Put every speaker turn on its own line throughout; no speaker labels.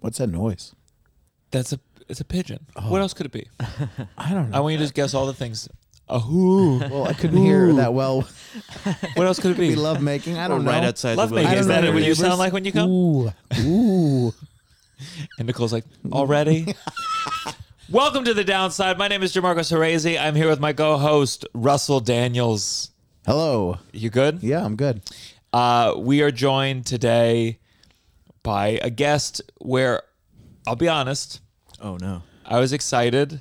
What's that noise?
That's a it's a pigeon. What else could it be?
I don't
I want you to just guess all the things. A who?
well, I couldn't hear
Ooh.
that well.
What else could it be?
We love making. I
We're
don't know.
right outside
Love
the window.
making.
I
Is
don't
that
know
what
your
you sound
neighbors.
like when you come?
Ooh, ooh.
And Nicole's like, already? Welcome to The Downside. My name is Jamarco Cerezi. I'm here with my co host, Russell Daniels.
Hello.
You good?
Yeah, I'm good.
Uh, we are joined today by a guest where I'll be honest,
Oh no.
I was excited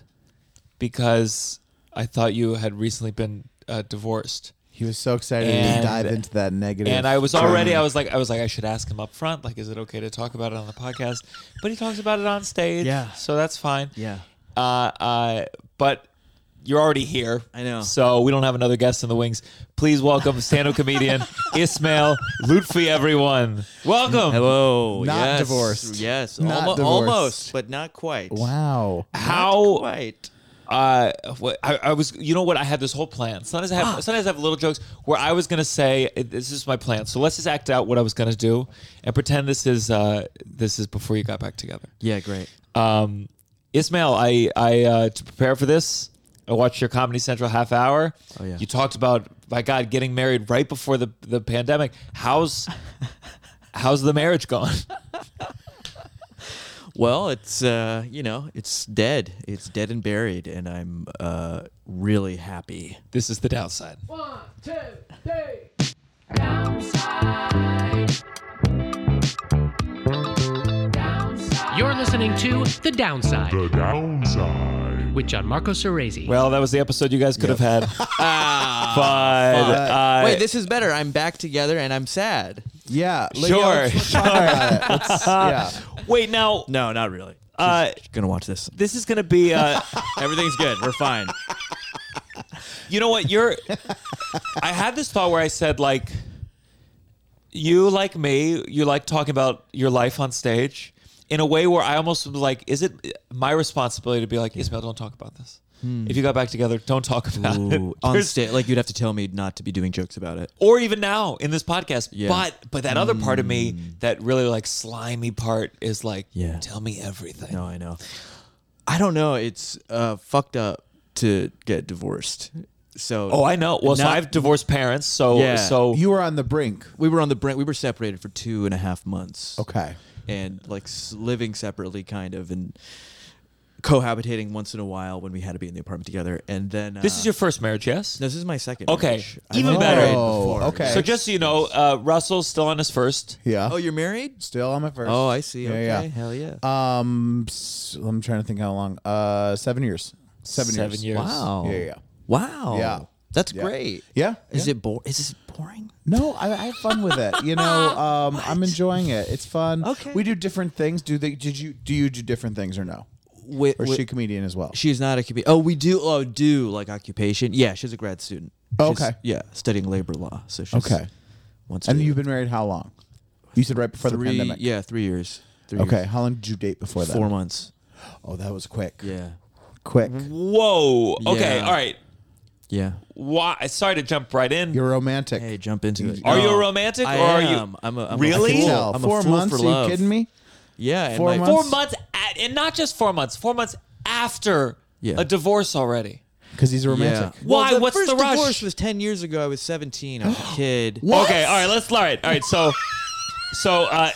because I thought you had recently been uh, divorced.
He was so excited
And-
to dive into that negative.
And I was already, I was like, I was like, I should ask him up front. Like, is it okay to talk about it on the podcast? But he talks about it on stage.
Yeah.
So that's fine.
Yeah.
Uh, uh, but you're already here.
I know.
So we don't have another guest in the wings. Please welcome stand-up comedian Ismail Lutfi, everyone. Welcome.
Hello.
Not
yes.
divorced.
Yes.
Not
Almo-
divorced.
Almost, but not quite.
wow.
Not
How?
quite.
Uh, what, I, I was. You know what? I had this whole plan. Sometimes I
Ah.
have. Sometimes I have little jokes where I was gonna say this is my plan. So let's just act out what I was gonna do and pretend this is uh, this is before you got back together.
Yeah. Great.
Um, Ismail, I, I uh, to prepare for this, I watched your Comedy Central half hour.
Oh, yeah.
You talked about my God getting married right before the the pandemic. How's how's the marriage going?
Well, it's uh, you know, it's dead. It's dead and buried, and I'm uh, really happy.
This is the downside.
One, two, three. Downside. Downside.
You're listening to The Downside
The downside.
with Gianmarco Cerezi.
Well, that was the episode you guys could have had. but uh,
Wait, this is better. I'm back together, and I'm sad.
Yeah. like,
Sure,
yeah, let's- let's talk about it. Let's- yeah.
wait now.
No, not really.
Uh,
She's gonna watch this.
this is gonna be. Uh,
Everything's good. We're fine.
you know what? You're. I had this thought where I said like, you like me, you like talking about your life on stage in a way where I almost was like, is it my responsibility to be like, Ismail, don't talk about this. If you got back together, don't talk about
Hmm. Ooh,
it.
on
There's-
stage, like you'd have to tell me not to be doing jokes about it.
or even now in this podcast.
Yeah. Hmm.
But but that other part of me, that really like slimy part, is like,
Yeah.
tell me everything.
No, I know. I don't know. It's uh, fucked up to get divorced. So
Oh, I know. Well, so
Not-
I've divorced parents, so
Yeah.
so
You were on the brink.
we were on the brink. We were separated for two and a half months.
Okay.
and like s- living separately, kind of, and cohabitating once in a while when we had to be in the apartment together. And then
this
uh,
is your first marriage, yes?
no, this is my second.
Okay.
marriage. I've
Even
been
better.
married
Oh,
before.
okay.
So just so you know, uh, Russell's still on his first.
Yeah.
Oh, you're married?
Still on my first.
Oh, I see. Okay.
Yeah, yeah.
Hell yeah.
Um, s- I'm trying to think how long. Uh, seven years. Seven,
Seven years.
wow.
Yeah, yeah, yeah.
Wow.
Yeah.
That's
Yeah.
great.
Yeah.
Is it bo- Is this boring?
No, I, I have fun with it. You know, um, I'm enjoying it. It's fun.
Okay.
We do different things. Do they? Did you? Do you do different things or no?
Wait,
Or is she a comedian as well?
She's not a comedian. Oh, we do. Oh, do like occupation. Yeah, she's a grad student. She's-
Oh, Okay.
Yeah, studying labor law. So she's
Okay.
Once
and
a-
you've been married how long? You said right before
three.
the pandemic.
Yeah, three years. Three
Okay.
years.
How long did you date before that?
Four months.
Oh, that was quick.
Yeah. Mm-hmm.
Quick.
Whoa. Okay.
Yeah.
All right.
Yeah.
Why? Sorry to jump right in.
You're romantic.
Hey, jump into it.
Are you
No,
a romantic
I
or are you-
am. I'm a I'm
Really?
A fool.
Tell.
I'm
four
a fool
months?
For
are
love.
you kidding me?
Yeah. and
Four
my-
months?
four months, at, and not just four months. Four months after
Yeah.
a divorce already.
Because he's a
Yeah.
romantic.
Why?
Well, the
What's
first
the rush?
divorce was ten years ago. I was seventeen. I was a kid.
Okay. All right. Let's. All right. All right. So, so uh,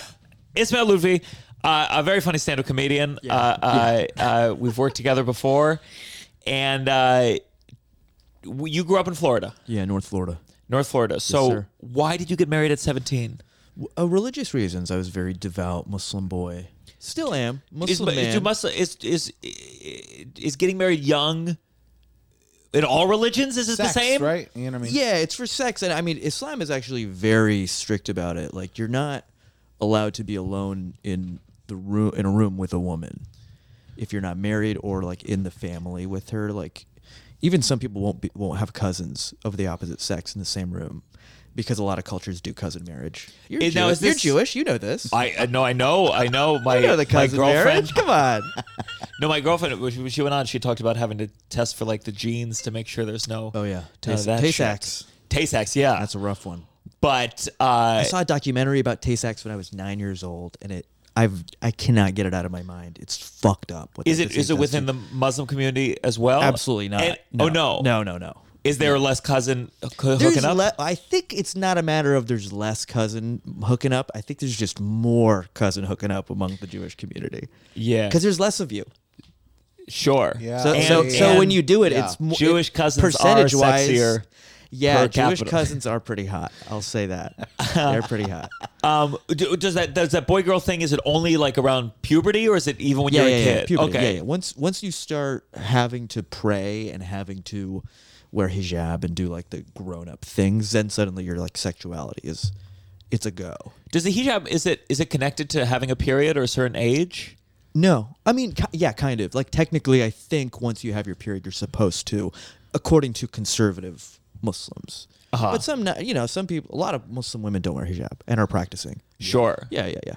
Ismail Lufi, uh, a very funny stand-up comedian. Uh, Uh, uh, we've worked together before, and uh, w- you grew up in Florida,
Yeah, North Florida.
North Florida. So,
sir.
why did you get married at seventeen?
Uh, religious reasons. I was a very devout Muslim boy. Still am.
Is,
Muslim
is,
man.
do Mus- is, is, is getting married young in all religions? Is it
Sex,
the same?
right? You know what I mean?
Yeah, it's for sex, and I mean Islam is actually very strict about it. Like you're not allowed to be alone in the room in a room with a woman if you're not married or like in the family with her. Like even some people won't be, won't have cousins of the opposite sex in the same room because a lot of cultures do cousin marriage. You're,
Eh, now,
Jewi-
is this-
you're Jewish, you know this.
I I know, I know, I know. My
you know the
my
cousin
girlfriend.
marriage. Come on.
No, my girlfriend. When she, when she went on, she talked about having to test for like the genes to make sure there's no.
Oh, yeah.
none of
Tay-
that
Tay
shit.
Sachs.
Tay Sachs, yeah.
That's a rough one.
but
I
uh,
saw a documentary about Tay Sachs when I was nine years old, and it I've I cannot get it out of my mind. It's fucked up. what
Is
they
it
did
is
to
it within
Dusty.
the Muslim community as well?
Absolutely not.
And-
no.
Oh no,
No, no, no.
Is there a less cousin co-
There's
hooking up?
le- I think it's not a matter of there's less cousin hooking up. I think there's just more cousin hooking up among the Jewish community
yeah,
because there's less of you.
sure.
Yeah.
So,
And-
so, so when you do it,
yeah.
it's more,
Jewish cousins are
percentage-wise,
sexier
Yeah,
per
Jewish
capita.
cousins are pretty hot. I'll say that they're pretty hot.
um, do, does that does that boy girl thing? Is it only like around puberty, or is it even when
yeah,
you're
yeah,
a
yeah,
kid?
puberty.
okay,
Yeah, yeah. Once once you start having to pray and having to wear hijab and do like the grown up things, then suddenly your like sexuality is it's a go.
Does the hijab is it is it connected to having a period or a certain age?
No, I mean, ki- yeah, kind of. Like technically, I think once you have your period, you're supposed to, according to conservative Muslims.
Uh-huh.
But some, not, you know, some people, a lot of Muslim women don't wear hijab and are practicing.
Sure.
Yeah, yeah, yeah.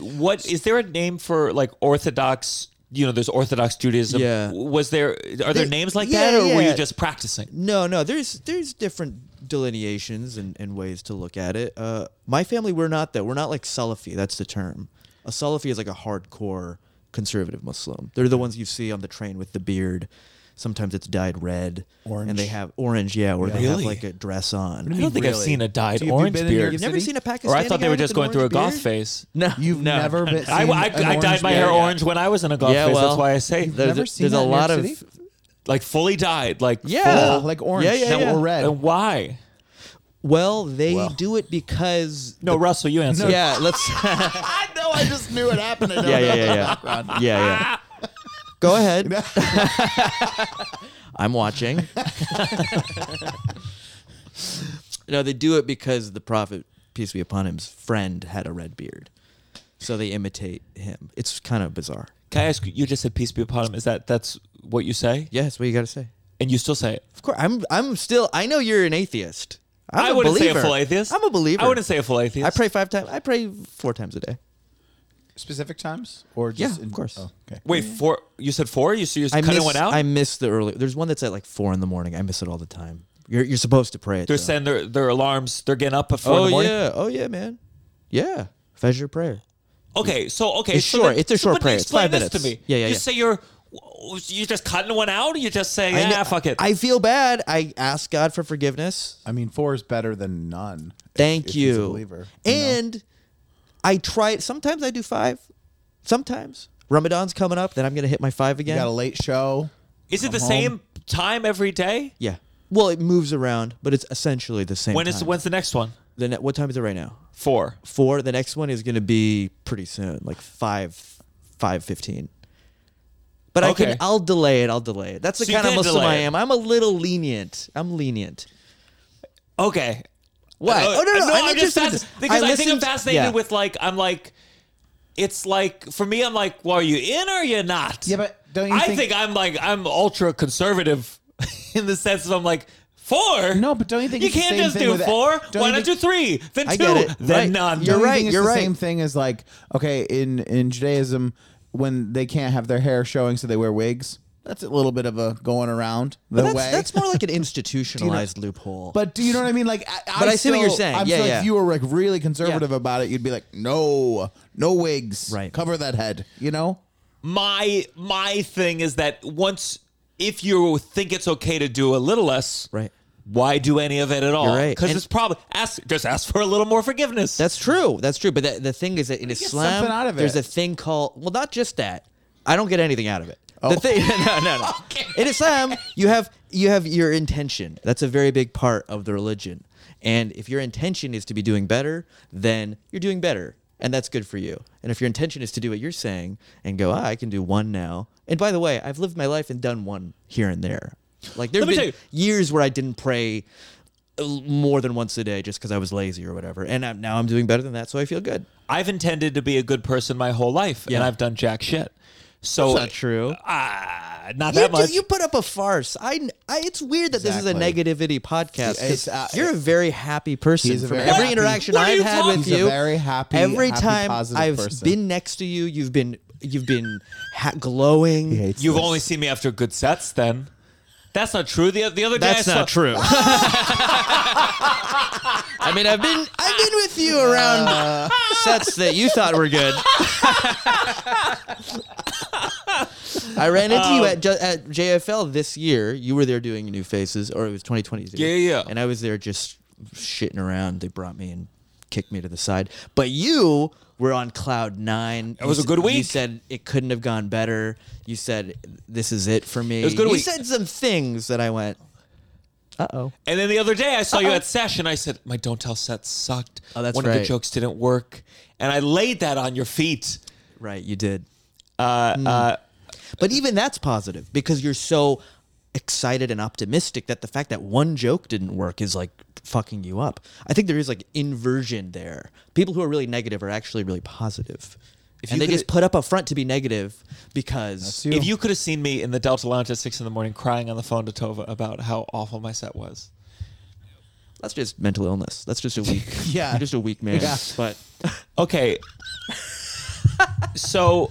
What is there a name for like Orthodox? You know, there's Orthodox Judaism.
Yeah.
Was there are there
They-
names like
yeah,
that, or were
yeah.
you just practicing?
No, no. There's there's different delineations and, and ways to look at it. Uh, my family, we're not that. We're not like Salafi. That's the term. A Salafi is like a hardcore conservative Muslim. They're the ones you see on the train with the beard. Sometimes it's dyed red, and they
Orange.
have orange. Yeah, or they
Really?
have like a dress on.
I don't think I've
Really?
seen a dyed
So you've
orange
been in your
beard.
You've never
City?
seen a Pakistani.
or I thought they
guy
were
with
just
an
going through a
orange
goth
beard?
phase.
No,
You've
no.
never been.
I,
seen
I,
an
I dyed
orange
my
beard?
hair
yeah.
orange when I was in a goth
Yeah,
phase.
well,
that's why I say
There's,
never
a,
seen
there's
that
a
in New York
lot of
City?
like fully dyed, like
yeah,
Full, like orange
Yeah, yeah,
or
yeah. Oh.
red.
And why?
Well, they
Well.
do it because
No, Russell, you answer.
yeah. Let's.
I know. I just knew it happened. I don't
yeah,
know.
yeah, yeah, yeah. yeah, yeah. Go ahead. I'm watching. no, they do it because the prophet, peace be upon him's friend had a red beard, so they imitate him. It's kind of bizarre.
Can I ask you? You just said peace be upon him. Is that that's what you say?
Yeah, that's what you got to say.
And you still say it?
Of course, I'm. I'm still. I know you're an atheist. I'm
I
a
would not say a
believer.
full atheist.
I'm a believer.
I wouldn't say a full atheist.
I pray five times. I pray four times a day.
Specific times or
Yeah,
just
of course.
Oh, okay.
Wait, four? You said four? You so you're
I
cutting
miss,
one out?
I miss the early. There's one that's at like four in the morning. I miss it all the time. You're you're supposed to pray it.
they're
though.
saying their their alarms. They're getting up at four
oh
in the morning.
yeah, oh yeah, man, yeah. Fajr prayer.
Okay, so okay,
It's
so
short.
then
It's a short
somebody
prayer. It's
Explain
five
this to
minutes.
me.
Yeah, yeah,
You
yeah.
say you're you just cutting one out. Or you just say
I
yeah,
know-
fuck it.
I feel bad. I ask God for forgiveness.
I mean, four is better than none. if-
Thank
if
you.
He's a believer. you know?
and I try. Sometimes I do five. Sometimes Ramadan's coming up. Then I'm gonna hit my five
you
again.
got a late show.
Is it the
home.
same time every day?
yeah. Well, it moves around, but it's essentially the same.
When is
time.
when's the next one?
the ne- what time is it right now?
Four.
Four. The next one is gonna be pretty soon, like five, five fifteen. But I
Okay.
can. I'll delay it. I'll delay it. That's the
So you
kind of
can
Muslim
delay
I
it.
am. I'm a little lenient. I'm lenient.
Okay.
What?
Uh,
oh no, no, I'm,
I'm just
interested. in
fasc-
this.
because I, think I'm
listened-
fascinated
yeah.
with like I'm like it's like for me I'm like well are you in or are you not?
Yeah, but don't you
I
think-
think I'm like I'm ultra conservative in the sense that I'm like four.
No, but don't you think
you
it's the
can't
same
just
thing
do
with-
four?
don't
Why
you
not do
think-
three? Then
I
two?
get it.
Then
Right.
none.
You're
Don't you
right,
think It's
you're
the
right.
Same thing as like okay in in Judaism when they can't have their hair showing, so they wear wigs. That's a little bit of a going around the
But that's,
way.
that's more like an institutionalized loophole.
but do you know what I mean? Like, I,
But I see what
still-
you're saying.
I'm
Yeah,
still-
yeah.
If you were like really conservative about it, you'd be like, no, no wigs,
Right.
Cover that head. You know,
my my thing is that once if you think it's okay to do a little less,
Right.
Why do any of it at all?
You're right.
Because
And-
it's probably ask just ask for a little more forgiveness.
that's true. That's true. But the, the thing is that in Islam,
something out of
there's
it.
a thing called well, not just that. I don't get anything out of it.
Oh.
The thing, no, no, no. In Islam, you have you have your intention. That's a very big part of the religion. And if your intention is to be doing better, then you're doing better, and that's good for you. And if your intention is to do what you're saying and go, ah, I can do one now. And by the way, I've lived my life and done one here and there. Like there's
Let me
been
tell
years where I didn't pray uh, more than once a day just because I was lazy or whatever. And I'm, now I'm doing better than that, so I feel good.
I've intended to be a good person my whole life, and
Yeah.
I've done jack shit. So
That's not true.
Ah, not
You,
that much.
ju- you put up a farce. I, I it's weird that
Exactly.
this is a negativity podcast. 'cause
It's, uh,
you're a very happy person.
He's a
From
very
every
happy-
interaction
What are
I've
you
had with
talking-
He's a
you,
very happy-
every
happy,
time
positive
I've
person.
been next to you, you've been you've been ha- glowing.
hates
You've
this.
only seen me after good sets, then. That's not true. The, the other day
That's
I saw,
not true.
I mean, I've been I've been with you
Uh,
around uh, sets that you thought were good. I ran into
Um,
you at, J- at JFL this year. You were there doing new faces, or it was 2020.
Yeah, yeah.
And I was there just shitting around. They brought me and kicked me to the side. But you were on cloud nine. It
was a good
You
week.
said it couldn't have gone better. You said this is it for me.
was a good
you
week.
said some things that I went. Uh oh.
And then the other day, I saw you at Sesh, and I said, "My don't tell set sucked.
Oh, that's
One of the
right.
jokes didn't work." And I laid that on your feet.
Right, you did.
Uh,
Hmm.
uh,
But even that's positive because you're so excited and optimistic that the fact that one joke didn't work is like fucking you up. I think there is like inversion there. People who are really negative are actually really positive. and
you
they
could-
just put up a front to be negative because
if you could have seen me in the Delta Lounge at six in the morning, crying on the phone to Tova about how awful my set was,
that's just mental illness. That's just a weak
Yeah.
You're just a weak man.
Yeah.
But
okay so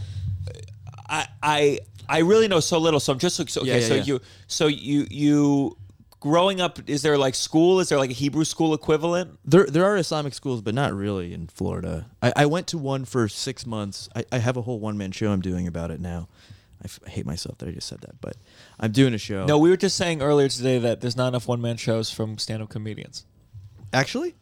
i i i really know so little so i'm just so, okay
yeah,
so
yeah.
you so you you growing up is there like school is there like a hebrew school equivalent
there there are Islamic schools, but not really in Florida. I, I went to one for six months. I, I have a whole one man show I'm doing about it now. I, f- I hate myself that I just said that, but I'm doing a show.
no we were just saying earlier today that there's not enough one-man shows from stand-up comedians
Actually,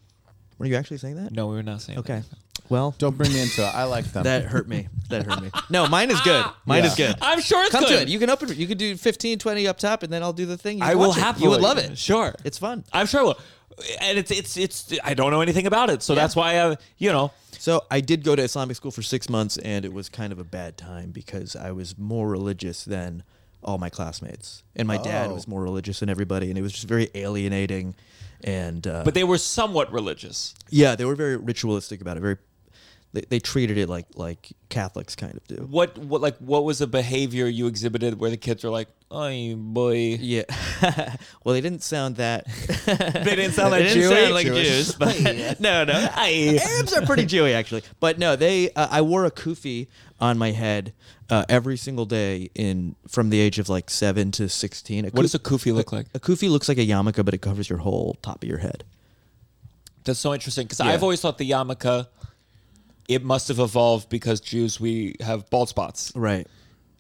were you actually saying that?
no we were not saying that.
Okay. Well,
Don't bring me into it. I like them.
that hurt me. That hurt me. No, mine is good. Mine is good.
i'm sure it's
Come
good
to it. You can open. You can do 15, 20 up top, and then I'll do the thing. You
i
can
will
watch it.
happily
You would love it.
sure
It's fun.
i'm sure I will and it's it's it's i don't know anything about it so that's why i you know
So I did go to Islamic school for six months, and it was kind of a bad time because I was more religious than all my classmates, and my dad
Oh.
was more religious than everybody, and it was just very alienating. And uh,
but they were somewhat religious
yeah, they were very ritualistic about it. Very, they, they treated it like like Catholics kind of do.
what what like what was a behavior you exhibited where the kids were like, "Oh boy,"
Yeah. well, they didn't sound that.
they didn't sound
They
like
didn't
Jewish.
sound like Jews, but no, no.
Aye.
Arabs are pretty Jewy, actually. But no, they. Uh, I wore a kufi on my head uh, every single day in from the age of like seven to sixteen. A
What does
kuf-
a kufi look like?
A kufi looks like a yarmulke, but it covers your whole top of your head.
That's so interesting because
Yeah.
I've always thought the yarmulke. It must have evolved because Jews we have bald spots,
Right.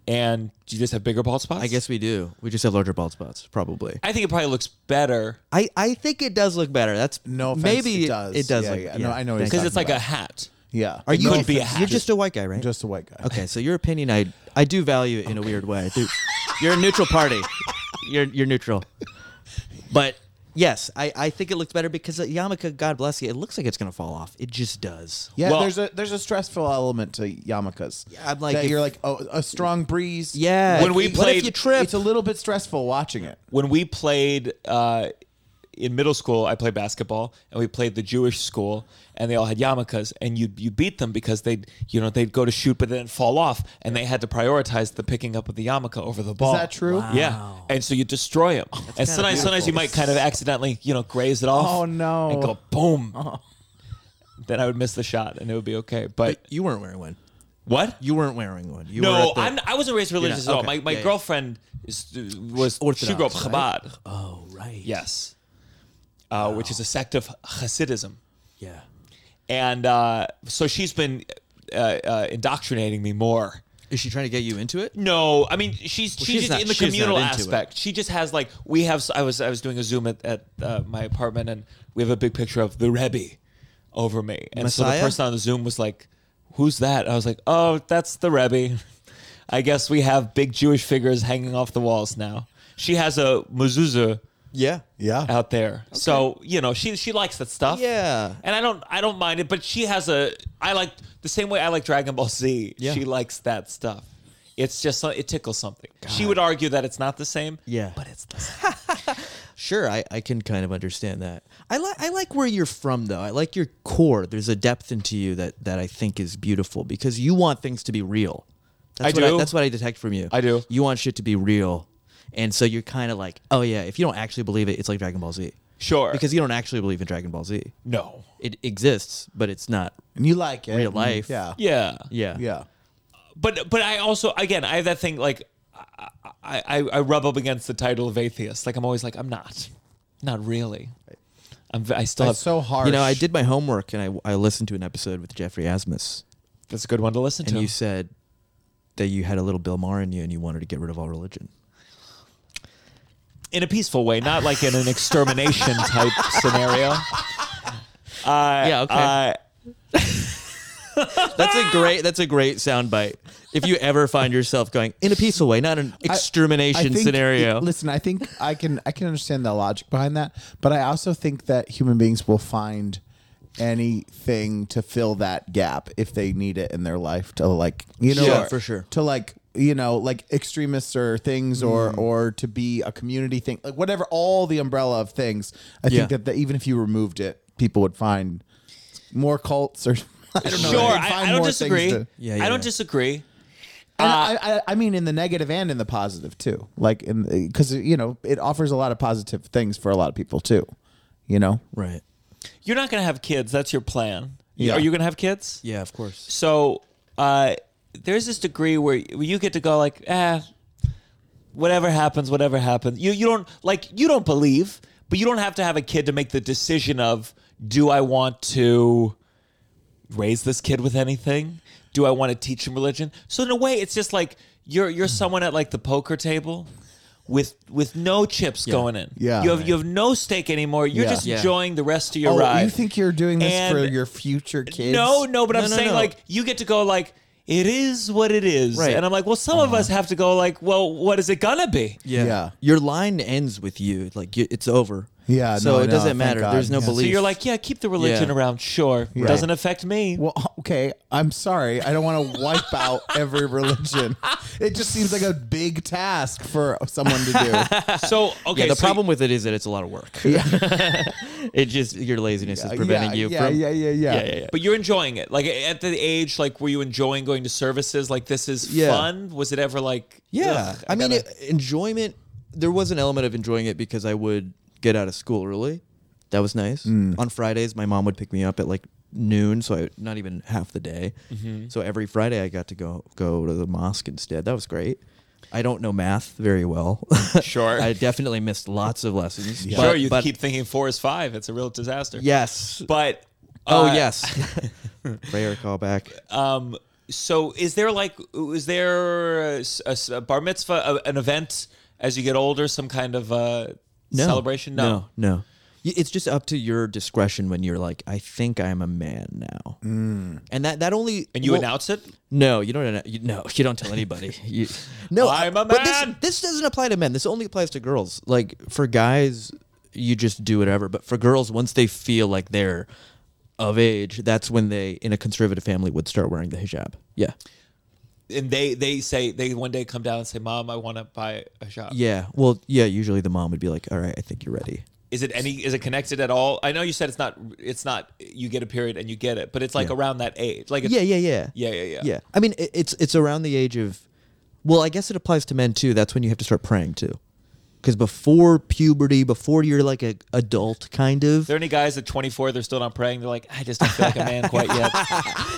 and do you just have bigger bald spots?
I guess we do. We just have larger bald spots, probably.
I think it probably looks better
I, I think it does look better. That's
No offense,
Maybe
it does.
It does.
Yeah,
look,
yeah. No, I know what
Thank
you're
because
you.
it's like
about
a hat.
yeah.
Are you?
No
could be a
offense.
hat.
You're just a white guy, right?
Just a white guy.
Okay, so your opinion, I I do value it in a weird way. Dude, you're a neutral party. You're you're neutral. But yes, I, I think it looks better because a yarmulke, God bless you, it looks like it's gonna fall off. It just does.
Yeah,
Well-
there's a there's a stressful element to yarmulkes.
I'm like,
that
if-
you're like oh, a strong breeze.
Yeah.
When we
what
played-
if you trip?
it's a little bit stressful watching it.
when we played uh, in middle school, I played basketball, and we played the Jewish school, and they all had yarmulkes, and you you beat them because they'd you know they'd go to shoot, but then fall off, and they had to prioritize the picking up of the yarmulke over the ball.
that true?
Yeah, and so you destroy them, and sometimes sometimes you might kind of accidentally you know graze it off.
Oh, no.
And go boom.
Oh.
Then I would miss the shot, and it would be okay. But
you weren't wearing one.
what?
You weren't wearing one. You were
No,
at the-
I'm, I wasn't raised religious
not-
at all.
okay.
My, my
Yeah, yeah.
girlfriend is, was she grew up
Orthodox, right?
Chabad.
Oh right.
Yes. Uh, Which is a sect of Hasidism.
Yeah.
And uh, so she's been uh, uh, indoctrinating me more.
Is she trying to get you into it?
No, I mean she's she's,
she's
just
not-
in the
she's not
communal
into it.
aspect. She just has like we have. I was I was doing a Zoom at, at uh, my apartment, and we have a big picture of the Rebbe over me. And so
Messiah?
the person on the Zoom was like, "Who's that?" I was like, "Oh, that's the Rebbe." I guess we have big Jewish figures hanging off the walls now. She has a mezuzah
Yeah.
Yeah.
out there. So you know she she likes that stuff.
Yeah.
and I don't I don't mind it, but she has a I like the same way I like Dragon Ball Z.
Yeah.
She likes that stuff. It's just so- it tickles something. She would argue that it's not the same.
Yeah.
but it's the same.
Sure, I, I can kind of understand that. I like I like where you're from though. I like your core. There's a depth into you that that I think is beautiful because you want things to be real. That's
I
what
do.
that's what I detect from you.
I do.
You want shit to be real. And so you're kind of like, "Oh yeah, if you don't actually believe it, it's like Dragon Ball Z."
sure
Because you don't actually believe in Dragon Ball Z.
no
It exists, but it's not.
And you like it.
Real life.
Yeah.
yeah
Yeah.
Yeah.
but but I also again I have that thing like I, I, I rub up against the title of atheist. Like I'm always like I'm not, not really. I'm v- I still have.
That's so hard.
You know, I did my homework and I, I listened to an episode with Jeffrey Asmus,
that's a good one to listen
and
to.
you said that you had a little Bill Maher in you and you wanted to get rid of all religion.
in a peaceful way, not like in an extermination type scenario. Uh,
Yeah, okay.
uh,
That's a great. That's a great soundbite. If you ever find yourself going in a peaceful way, not an extermination
I think-
scenario.
Listen, I think I can I can understand the logic behind that, but I also think that human beings will find anything to fill that gap if they need it in their life to like you know
Sure, for sure.
to like you know like extremists or things or
Mm.
or to be a community thing like whatever all the umbrella of things I
Yeah.
think that the, even if you removed it people would find more cults or I don't know
sure,
they'd
I,
find
I don't
more things
disagree.
to-
Yeah,
I
yeah.
don't disagree.
and I, I, I mean, in the negative and in the positive too. Like, in because you know, it offers a lot of positive things for a lot of people too. You know,
right.
You're not going to have kids. That's your plan.
Yeah.
Are you going to have kids?
Yeah, of course.
So uh, there's this degree where where you get to go like, eh, whatever happens, whatever happens. You you don't like you don't believe, but you don't have to have a kid to make the decision of do I want to raise this kid with anything? Do I want to teach him religion? So in a way, it's just like you're you're someone at like the poker table. With with no chips going in,
Yeah.
you have you have no stake anymore. You're
Yeah.
just
Yeah.
enjoying the rest of your
oh,
ride.
you think you're doing this for
And-
your future kids?
No, no, but
No,
I'm
no,
saying
no.
like you get to go like it is what it is,
Right.
and I'm like, well, some of us have to go like, well, what is it gonna be?
Yeah.
Yeah.
Your line ends with you. Like you, it's over.
Yeah,
So
no, I
it
know,
doesn't
thank
matter.
God.
There's no
Yeah. So
So
belief.
you're like, yeah, keep the religion
Yeah.
around, sure,
Right.
doesn't affect me.
Well, okay. I'm sorry. I don't want to wipe out every religion. It just seems like a big task for someone to do.
so okay,
yeah. The
so-
problem with it is that it's a lot of work. it just your laziness is preventing
yeah,
you
yeah,
from.
yeah, yeah, yeah,
yeah, yeah.
But you're enjoying it, like at the age, like were you enjoying going to services? Like this is
Yeah.
fun. Was it ever like?
Yeah.
ugh,
I, mean,
gotta-
it, enjoyment, there was an element of enjoying it because I would get out of school early. That was nice.
Mm.
On Fridays, my mom would pick me up at like noon, so I not even half the day.
Mm-hmm.
So every Friday, I got to go go to the mosque instead. That was great. I don't know math very well.
Sure.
I definitely missed lots of lessons. Yeah.
sure, you keep thinking four is five. It's a real disaster.
Yes.
but
oh
uh,
yes. Prayer call back.
Um, so is there like is there a, a- a bar mitzvah a, an event as you get older some kind of uh, celebration no.
no, no. Y- It's just up to your discretion when you're like, I think I'm a man now, and that that only
and you
well,
announce it
No, you don't. annou- You, no, you don't tell anybody. You- no,
I'm a
But this,
man.
this doesn't apply to men. This only applies to girls. Like for guys, you just do whatever. But for girls, once they feel like they're of age, that's when they, in a conservative family, would start wearing the hijab. Yeah,
and they they say they one day come down and say mom I want to buy a shop
yeah. Well, yeah. Usually, the mom would be like, "All right, I think you're ready."
is it any is it connected at all I know you said it's not it's not you get a period and you get it but it's like
Yeah.
around that age like it's,
yeah, yeah, yeah,
Yeah, yeah, yeah.
Yeah, I mean, it, it's it's around the age of, well, I guess it applies to men too. That's when you have to start praying too, because before puberty, before you're like a adult kind
Are
of.
there any guys at 24 they're still not praying they're like I just don't feel like a man quite yet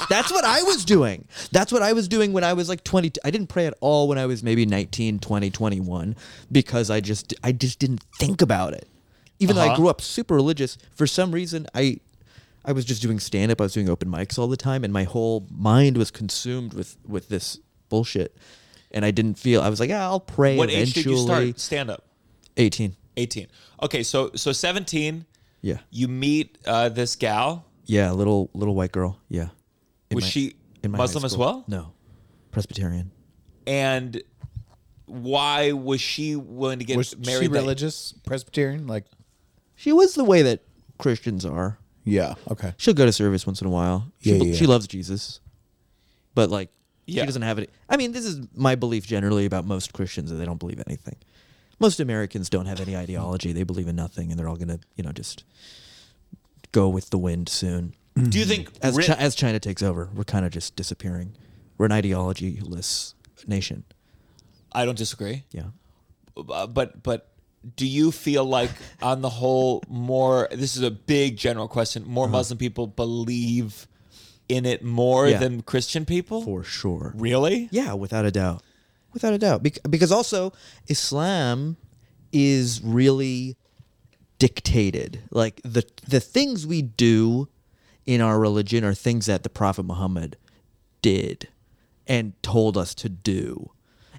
That's what I was doing. That's what I was doing when I was like 20. I didn't pray at all when I was maybe 19, 20, 21 because I just I just didn't think about it. Even though I
Uh-huh.
grew up super religious, for some reason I I was just doing stand up, I was doing open mics all the time and my whole mind was consumed with with this bullshit. And I didn't feel I was like, "Yeah, I'll pray
what age did
eventually."
you start stand up
18.
18 okay so so 17
Yeah.
you meet uh, this gal
Yeah, little little white girl. Yeah. In
Was
my-
she
in my high
Muslim as
school.
well?
No. Presbyterian.
and why was she willing to get
Was
married?
she
that-
religious Presbyterian? Like,
She was the way that Christians are.
yeah, okay.
She'll go to service once in a while. She,
Yeah, yeah,
she
yeah.
loves Jesus, but like
Yeah.
she doesn't have it. I mean, this is my belief generally about most Christians that they don't believe anything. Most Americans don't have any ideology. They believe in nothing, and they're all gonna, you know, just go with the wind soon.
Mm.
Do you think
As
ri-
Chi- as China takes over, we're kind of just disappearing. We're an ideologyless nation.
I don't disagree,
Yeah.
uh, but but do you feel like on the whole more? This is a big general question. More
Uh-huh.
Muslim people believe in it more
Yeah.
than Christian people.
for sure.
Really?
Yeah, without a doubt. without a doubt. Bec- because also Islam is really dictated. Like the the things we do in our religion are things that the Prophet Muhammad did and told us to do.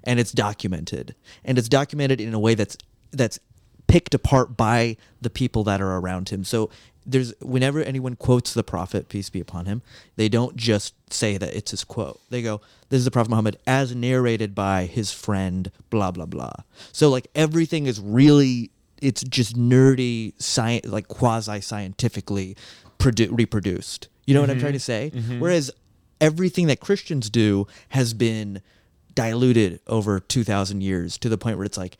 And it's documented. And it's documented in a way that's that's picked apart by the people that are around him. So there's whenever anyone quotes the Prophet, peace be upon him, they don't just say that it's his quote. They go, This is the Prophet Muhammad as narrated by his friend, blah blah blah. So like everything is really it's just nerdy science like quasi scientifically produ- reproduced you know what
Mm-hmm.
i'm trying to say whereas everything that christians do has been diluted over 2000 years to the point where it's like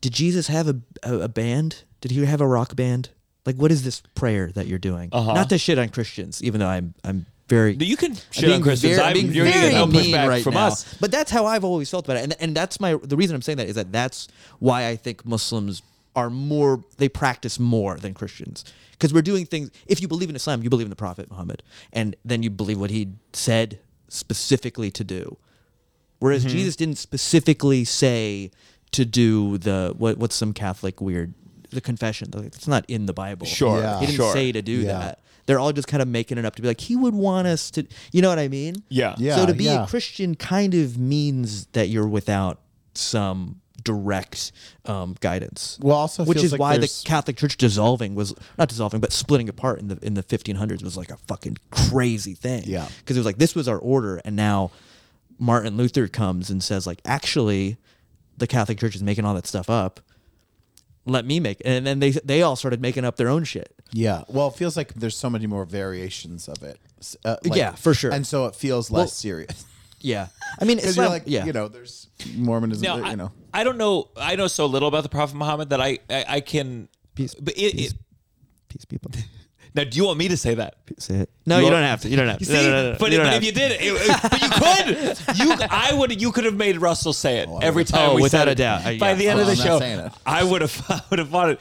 did jesus have a, a, a band did he have a rock band like what is this prayer that you're doing not to shit on christians even though i'm i'm very
Uh-huh. You can shit
being
on Christians.
very-
I'm-
being
you're gonna get
very
no
mean
pushback from
now.
us.
But that's how I've always felt about it, and and that's my the reason I'm saying that is that that's why I think Muslims are more they practice more than Christians because we're doing things. If you believe in Islam, you believe in the Prophet Muhammad, and then you believe what he said specifically to do. Whereas
Mm-hmm.
Jesus didn't specifically say to do the what what's some Catholic weird the confession. Like, It's not in the Bible.
Sure,
Yeah.
he didn't
sure.
say to do
Yeah.
that. They're all just kind of making it up to be like he would want us to. You know what I mean?
Yeah.
Yeah.
so to be
yeah.
a Christian kind of means that you're without some direct um, guidance.
Well, also
which
feels
is
like
why the
there's-
Catholic Church dissolving was not dissolving, but splitting apart in the in the 1500s was like a fucking crazy thing.
Yeah.
because it was like this was our order, and now Martin Luther comes and says like actually the Catholic Church is making all that stuff up. Let me make, and then they they all started making up their own shit.
Yeah. Well, it feels like there's so many more variations of it. S- uh, like-
Yeah, for sure.
And so it feels less serious.
Yeah, I mean,
Because
it's
you're
not
like,
yeah.
you know, there's Mormonism,
Now,
there-
I-
you know.
I, don't know. I know so little about the Prophet Muhammad that I I, I can.
Peace-
but it,
peace.
it-
peace people.
now, do you want me to say that?
Say it. No, you,
want-
don't have to. You don't have to.
See,
No, no, no, no.
but,
You don't
but
have
if you
to.
did, it, it- but you could. You, I would. You could have made Russell say it every time.
Oh,
we
without
said
a
it.
doubt. Uh,
By
yeah.
the end
Well,
of
I'm
the
not saying
show,
it.
I would have. I would have bought it.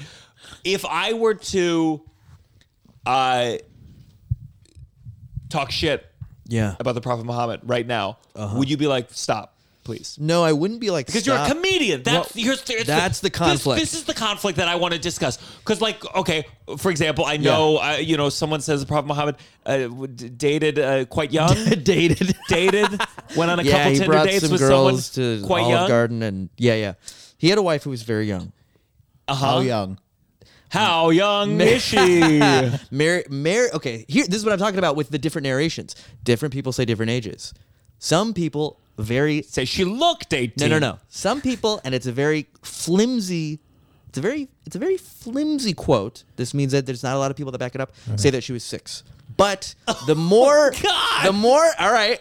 If I were to, uh, talk shit
Yeah.
about the Prophet Muhammad right now,
Uh-huh.
would you be like, stop, please?
No, I wouldn't be like
Because you're a
stop.
comedian. That's
Well,
here's, here's
that's the
this-
conflict.
This, is the conflict that I want to discuss. Because like, okay, for example, I know uh, you know someone says the Prophet Muhammad uh, w- d- dated uh, quite young,
dated.
dated, went on a
yeah,
couple
he
Tinder
brought
dates
some
with
girls
someone
to
quite
Olive
young.
Garden, and yeah, yeah. He had a wife who was very young,
How young?
How young is she?
Mary, Mary. Okay, here. This is what I'm talking about with the different narrations. Different people say different ages. Some people very
Say she looked
no,
eighteen.
no, no. Some people, and it's a very flimsy. It's a very, it's a very flimsy quote. This means that there's not a lot of people that back it up. Say that she was six, but the more,
Oh, God!
the more. All right,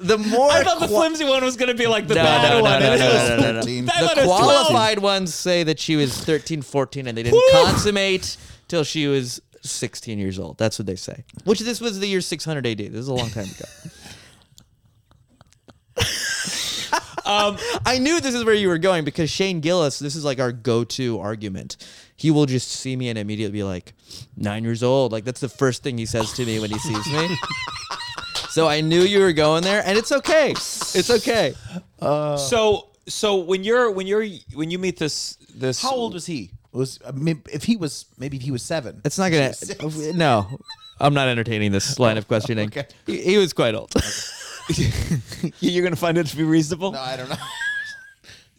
the more.
I thought the
qua-
flimsy one was going to be like the
No,
bad
no, no,
one.
no,
It
no,
was-
no, no, no.
that
the
letter is 12.
qualified ones say that she was 13, 14, and they didn't
Woo!
consummate till she was 16 years old. That's what they say. Which this was the year 600 AD. This is a long time ago. um, I knew this is where you were going because Shane Gillis, this is like our go to argument. He will just see me and immediately be like, nine years old. Like, that's the first thing he says to me when he sees me. so I knew you were going there, and it's okay. It's okay.
So, so when you're when you're when you meet this this
How old was he? Was I mean, if he was maybe if he was seven.
It's not gonna. No, I'm not entertaining this line of questioning.
Okay.
He, he was quite old.
you're going to find it to be reasonable.
I don't know.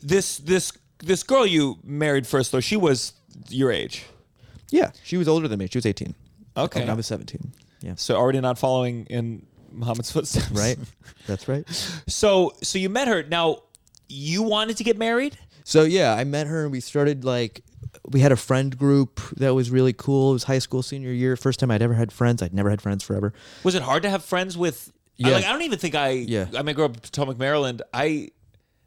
this this this girl you married first though she was your age
yeah, she was older than me. She was 18.
Okay.
and I was 17. Yeah,
so already not following in muhammad's footsteps
right. That's right.
so so you met her now you wanted to get married
So yeah, I met her and we started like we had a friend group that was really cool. It was high school senior year, first time I'd ever had friends. I'd never had friends forever.
was it hard to have friends with I,
Yeah.
like, I don't even think i
Yeah.
i mean I grew up in potomac maryland i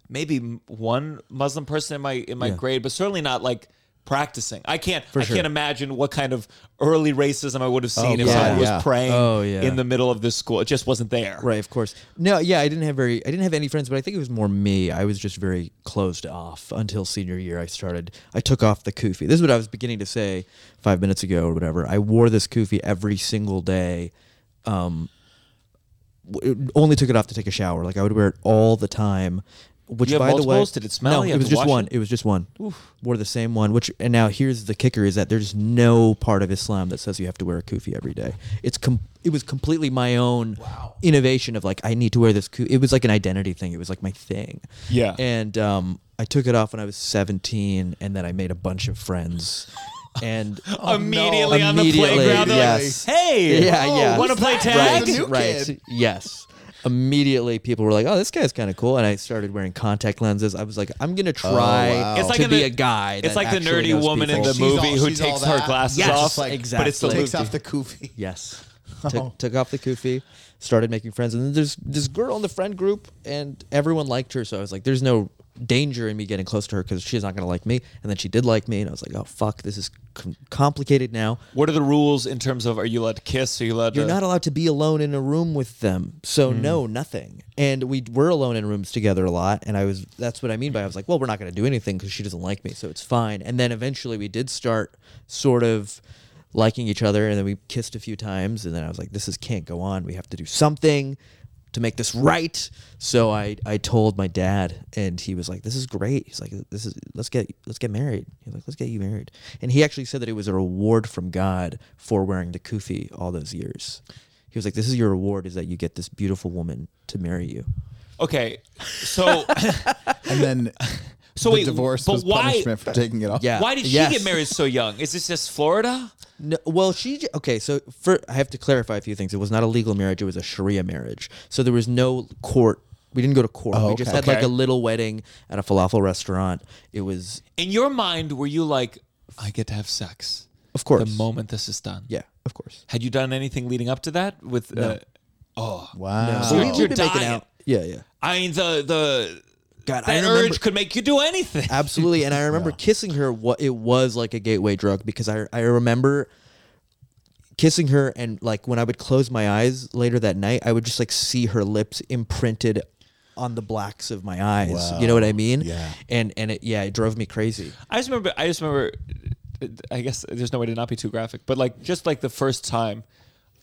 maybe m- one muslim person in my in my
Yeah.
grade but certainly not like practicing i can't i
sure.
can't imagine what kind of early racism i would have seen if
yeah.
someone
Yeah.
was praying
Oh, yeah.
in the middle of this school it just wasn't there
Right, of course. No, yeah, I didn't have very, I didn't have any friends, but I think it was more me. I was just very closed off until senior year. I started, I took off the kufi. This is what I was beginning to say five minutes ago or whatever. I wore this kufi every single day. Um, w- only took it off to take a shower. Like I would wear it all the time. which
You have
by the way,
multiples? Did it smell?
No,
You
it
have
was
to
just
wash
one.
it?
It was just one. Wore the same one. Which and now here's the kicker: is that there's no part of Islam that says you have to wear a kufi every day. It's com- it was completely my own innovation of like I need to wear this. Kufi. It was like an identity thing. It was like my thing.
Yeah.
And um, I took it off when I was 17, and then I made a bunch of friends. And
Oh, immediately on the
Immediately,
playground. they're like,
yes.
hey,
yeah, yeah.
want to Oh, play
That's
tag?
right. The new
right.
kid.
Yes. Immediately, people were like, "Oh, this guy's kind of cool," and I started wearing contact lenses. I was like, "I'm gonna try
Oh, wow. It's
like
to
in
be
the-
a guy."
It's
that
like the
actually
nerdy
knows
woman in
people.
the
She's
movie
all-
who
she's all
takes her
that.
glasses
Yes,
off,
like-
but it's the
takes
movie.
off the kufi.
Yes.
Oh.
Took, took off the kufi, started making friends, and then there's this girl in the friend group, and everyone liked her. So I was like, "There's no danger in me getting close to her because she's not gonna like me." And then she did like me, and I was like, "Oh fuck, this is com- complicated now."
What are the rules in terms of are you allowed to kiss? Are you allowed
You're
to?
not allowed to be alone in a room with them. So no, nothing. And we were alone in rooms together a lot. And I was that's what I mean by I was like, well, we're not going to do anything because she doesn't like me, so it's fine. And then eventually we did start sort of liking each other, and then we kissed a few times, and then I was like, this is can't go on. We have to do something to make this right. So I I told my dad, and he was like, this is great. He's like, this is let's get let's get married. He's like, let's get you married. And he actually said that it was a reward from God for wearing the kufi all those years. He was like, "This is your reward: is that you get this beautiful woman to marry you."
okay, so
And then
So
the
wait,
divorce
but
was
why-
punishment for taking it off.
Yeah.
why did she
Yes.
get married so young? Is this just Florida?
No, well, she j- okay. So for I have to clarify a few things. It was not a legal marriage; it was a Sharia marriage. So there was no court. We didn't go to court. we just
okay.
had like
Okay.
a little wedding at a falafel restaurant. It was,
In your mind, were you like, I get to have sex
of course,
the moment this is done?
Yeah, of course.
Had you done anything leading up to that? With uh,
Wow.
So
Dude, you're dying.
Yeah, yeah.
I mean the the
God,
the
I
urge
remember.
could make you do anything.
Absolutely, and I remember kissing her. What it was like a gateway drug because I I remember kissing her and like when I would close my eyes later that night, I would just like see her lips imprinted on the blacks of my eyes. You know what I mean?
Yeah.
And and it yeah, it drove me crazy.
I just remember. I just remember. I guess there's no way to not be too graphic, but like just like the first time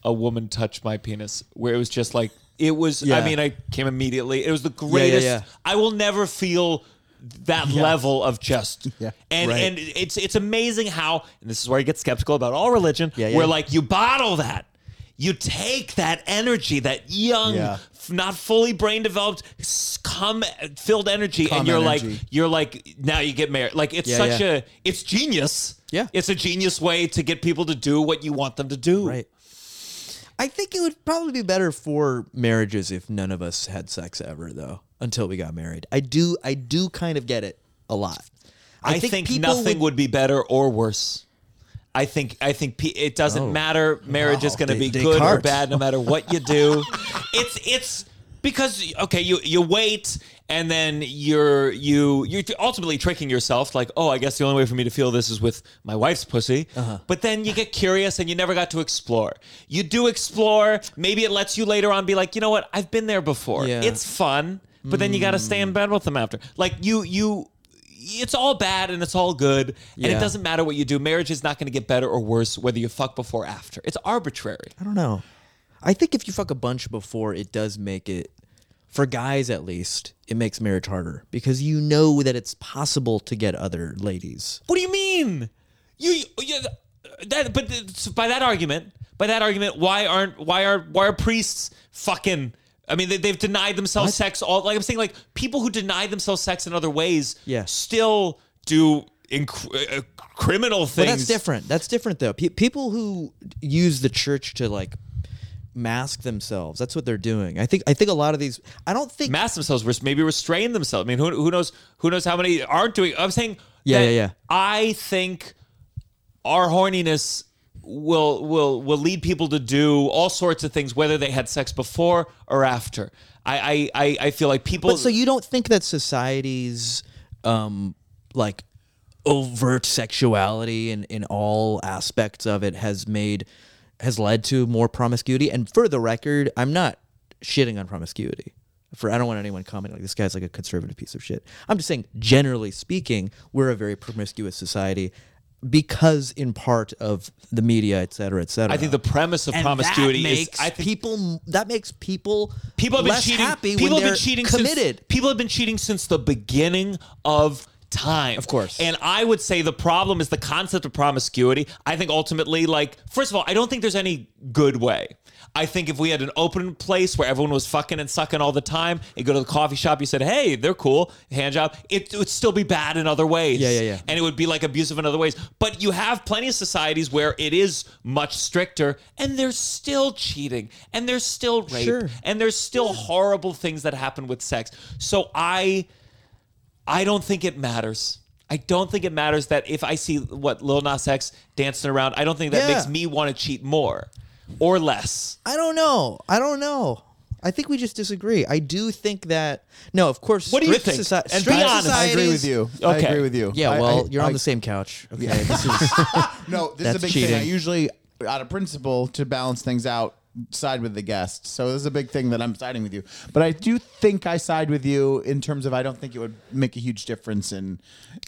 a woman touched my penis, where it was just like it was. I
Yeah.
mean, I came immediately. It was the greatest.
yeah.
I will never feel that level of just.
Yeah.
And
Right.
and it's it's amazing how and this is where I get skeptical about all religion.
Yeah, yeah.
Where like you bottle that. You take that energy, that young,
Yeah.
f- not fully brain developed, cum filled energy,
Cum
and you're like,
energy.
you're like, now you get married. Like it's
Yeah,
such
yeah.
a, it's genius.
Yeah.
it's a genius way to get people to do what you want them to do.
Right. I think it would probably be better for marriages if none of us had sex ever though until we got married. I do I do kind of get it a lot.
I, think, nothing would, be better or worse. I think I think pe- it doesn't matter. Marriage is
Wow.
going to
Des-
be good or
Descartes.
bad no matter what you do. it's it's because okay, you you wait and then you're you you're ultimately tricking yourself like, "Oh, I guess the only way for me to feel this is with my wife's pussy." But then you get curious and you never got to explore. You do explore, maybe it lets you later on be like, "You know what? I've been there before.
Yeah.
It's fun." But then you got to stay in bed with them after. Like you you it's all bad and it's all good and it
Yeah.
doesn't matter what you do marriage is not going to get better or worse whether you fuck before or after it's arbitrary
I don't know. I think if you fuck a bunch before, it does make it for guys at least. It makes marriage harder because you know that it's possible to get other ladies.
what do you mean you, you that but it's- by that argument by that argument why aren't why are why are priests fucking I mean, they, they've denied themselves sex all. Like I'm saying, like people who deny themselves sex in other ways,
Yeah.
still do inc- uh, criminal things.
But that's different. That's different though. Pe- people who use the church to like mask themselves. That's what they're doing. I think. I think a lot of these. I don't think.
mask themselves, res- maybe restrain themselves. I mean, who, who knows? Who knows how many aren't doing? I'm saying,
Yeah,
that
yeah, yeah.
I think our horniness will will will lead people to do all sorts of things, whether they had sex before or after. I I I, I feel like people.
But so you don't think that society's um like overt sexuality in, in all aspects of it has made has led to more promiscuity and for the record i'm not shitting on promiscuity for i don't want anyone commenting like this guy's like a conservative piece of shit i'm just saying generally speaking we're a very promiscuous society because in part of the media, et cetera, et cetera.
I think the premise of
And
promiscuity
that
is
makes
I think
people that makes people
people have been
less
cheating.
happy
people
when
have been
they're
cheating
committed.
Since, people have been cheating since the beginning of time.
Of course.
And I would say the problem is the concept of promiscuity. I think ultimately, like, first of all, I don't think there's any good way. I think if we had an open place where everyone was fucking and sucking all the time, you go to the coffee shop, you said, "Hey, they're cool, hand job." It, it would still be bad in other ways.
Yeah, yeah, yeah.
And it would be like abusive in other ways. But you have plenty of societies where it is much stricter, and there's still cheating, and there's still rape,
Sure.
and there's still horrible things that happen with sex. So I I don't think it matters. I don't think it matters that if I see what Lil Nas X dancing around, I don't think that
Yeah.
makes me want to cheat more or less.
I don't know. I don't know. I think we just disagree. I do think that no, of course.
What do you
strict
think?
soci-
And
strict
be honest.
I agree with
societies-
you.
Okay.
I agree with you.
Yeah,
I-
well,
I-
you're on
I-
the same couch. Okay,
Yeah.
this is
No, this is a
That's
big thing. I
cheating.
usually, out of principle, to balance things out, side with the guest. So this is a big thing that I'm siding with you. But I do think I side with you in terms of I don't think it would make a huge difference in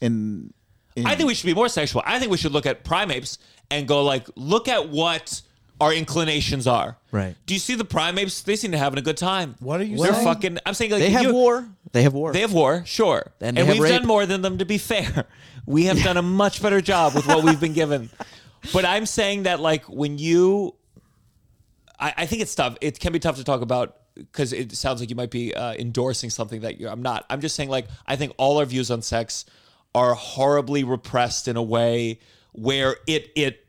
in. in
I think we should be more sexual. I think we should look at primates and go like, look at what our inclinations are.
Right.
Do you see the primates? They seem to having a good time.
What are you
They're
saying?
fucking. I'm saying like
they have
you-
war. They have war.
They have war, sure. And,
And they have
we've
rape.
done more than them, to be fair. We have done a much better job with what we've been given. But I'm saying that, like, when you. I, I think it's tough. It can be tough to talk about because it sounds like you might be uh, endorsing something that you I'm not. I'm just saying, like, I think all our views on sex are horribly repressed in a way where it it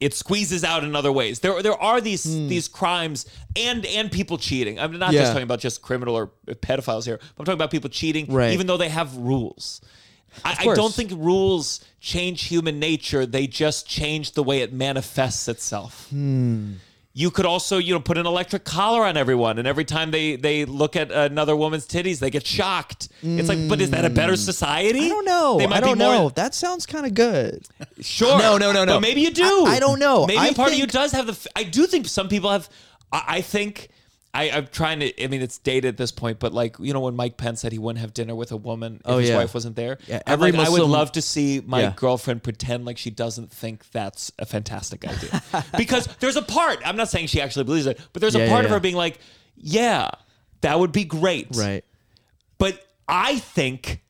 it squeezes out in other ways. There there are these these crimes and and people cheating. I'm not
Hmm. Yeah.
just talking about just criminal or pedophiles here. I'm talking about people cheating,
Right.
even though they have rules. I, I
course.
don't think rules change human nature. They just change the way it manifests itself.
Hmm.
You could also, you know, put an electric collar on everyone, and every time they they look at another woman's titties, they get shocked. It's like, but is that a better society?
Hmm. I don't know.
They
I
might
don't
be more-
know. That sounds kind of good.
Sure.
No, no, no, no.
But maybe you do.
I- I don't know.
Maybe
I
a part of you
think-
does have the. f- I do think some people have. I, I think. I, I'm trying to. I mean, it's dated at this point, but like you know, when Mike Pence said he wouldn't have dinner with a woman if
Oh,
his
yeah.
wife wasn't there,
Yeah,
I'm
every
like, I would
Muslim-
love to see my
Yeah.
girlfriend pretend like she doesn't think that's a fantastic idea, because there's a part. I'm not saying she actually believes it, but there's
Yeah,
a
yeah,
part of
yeah.
her being like, "Yeah, that would be great."
Right.
But I think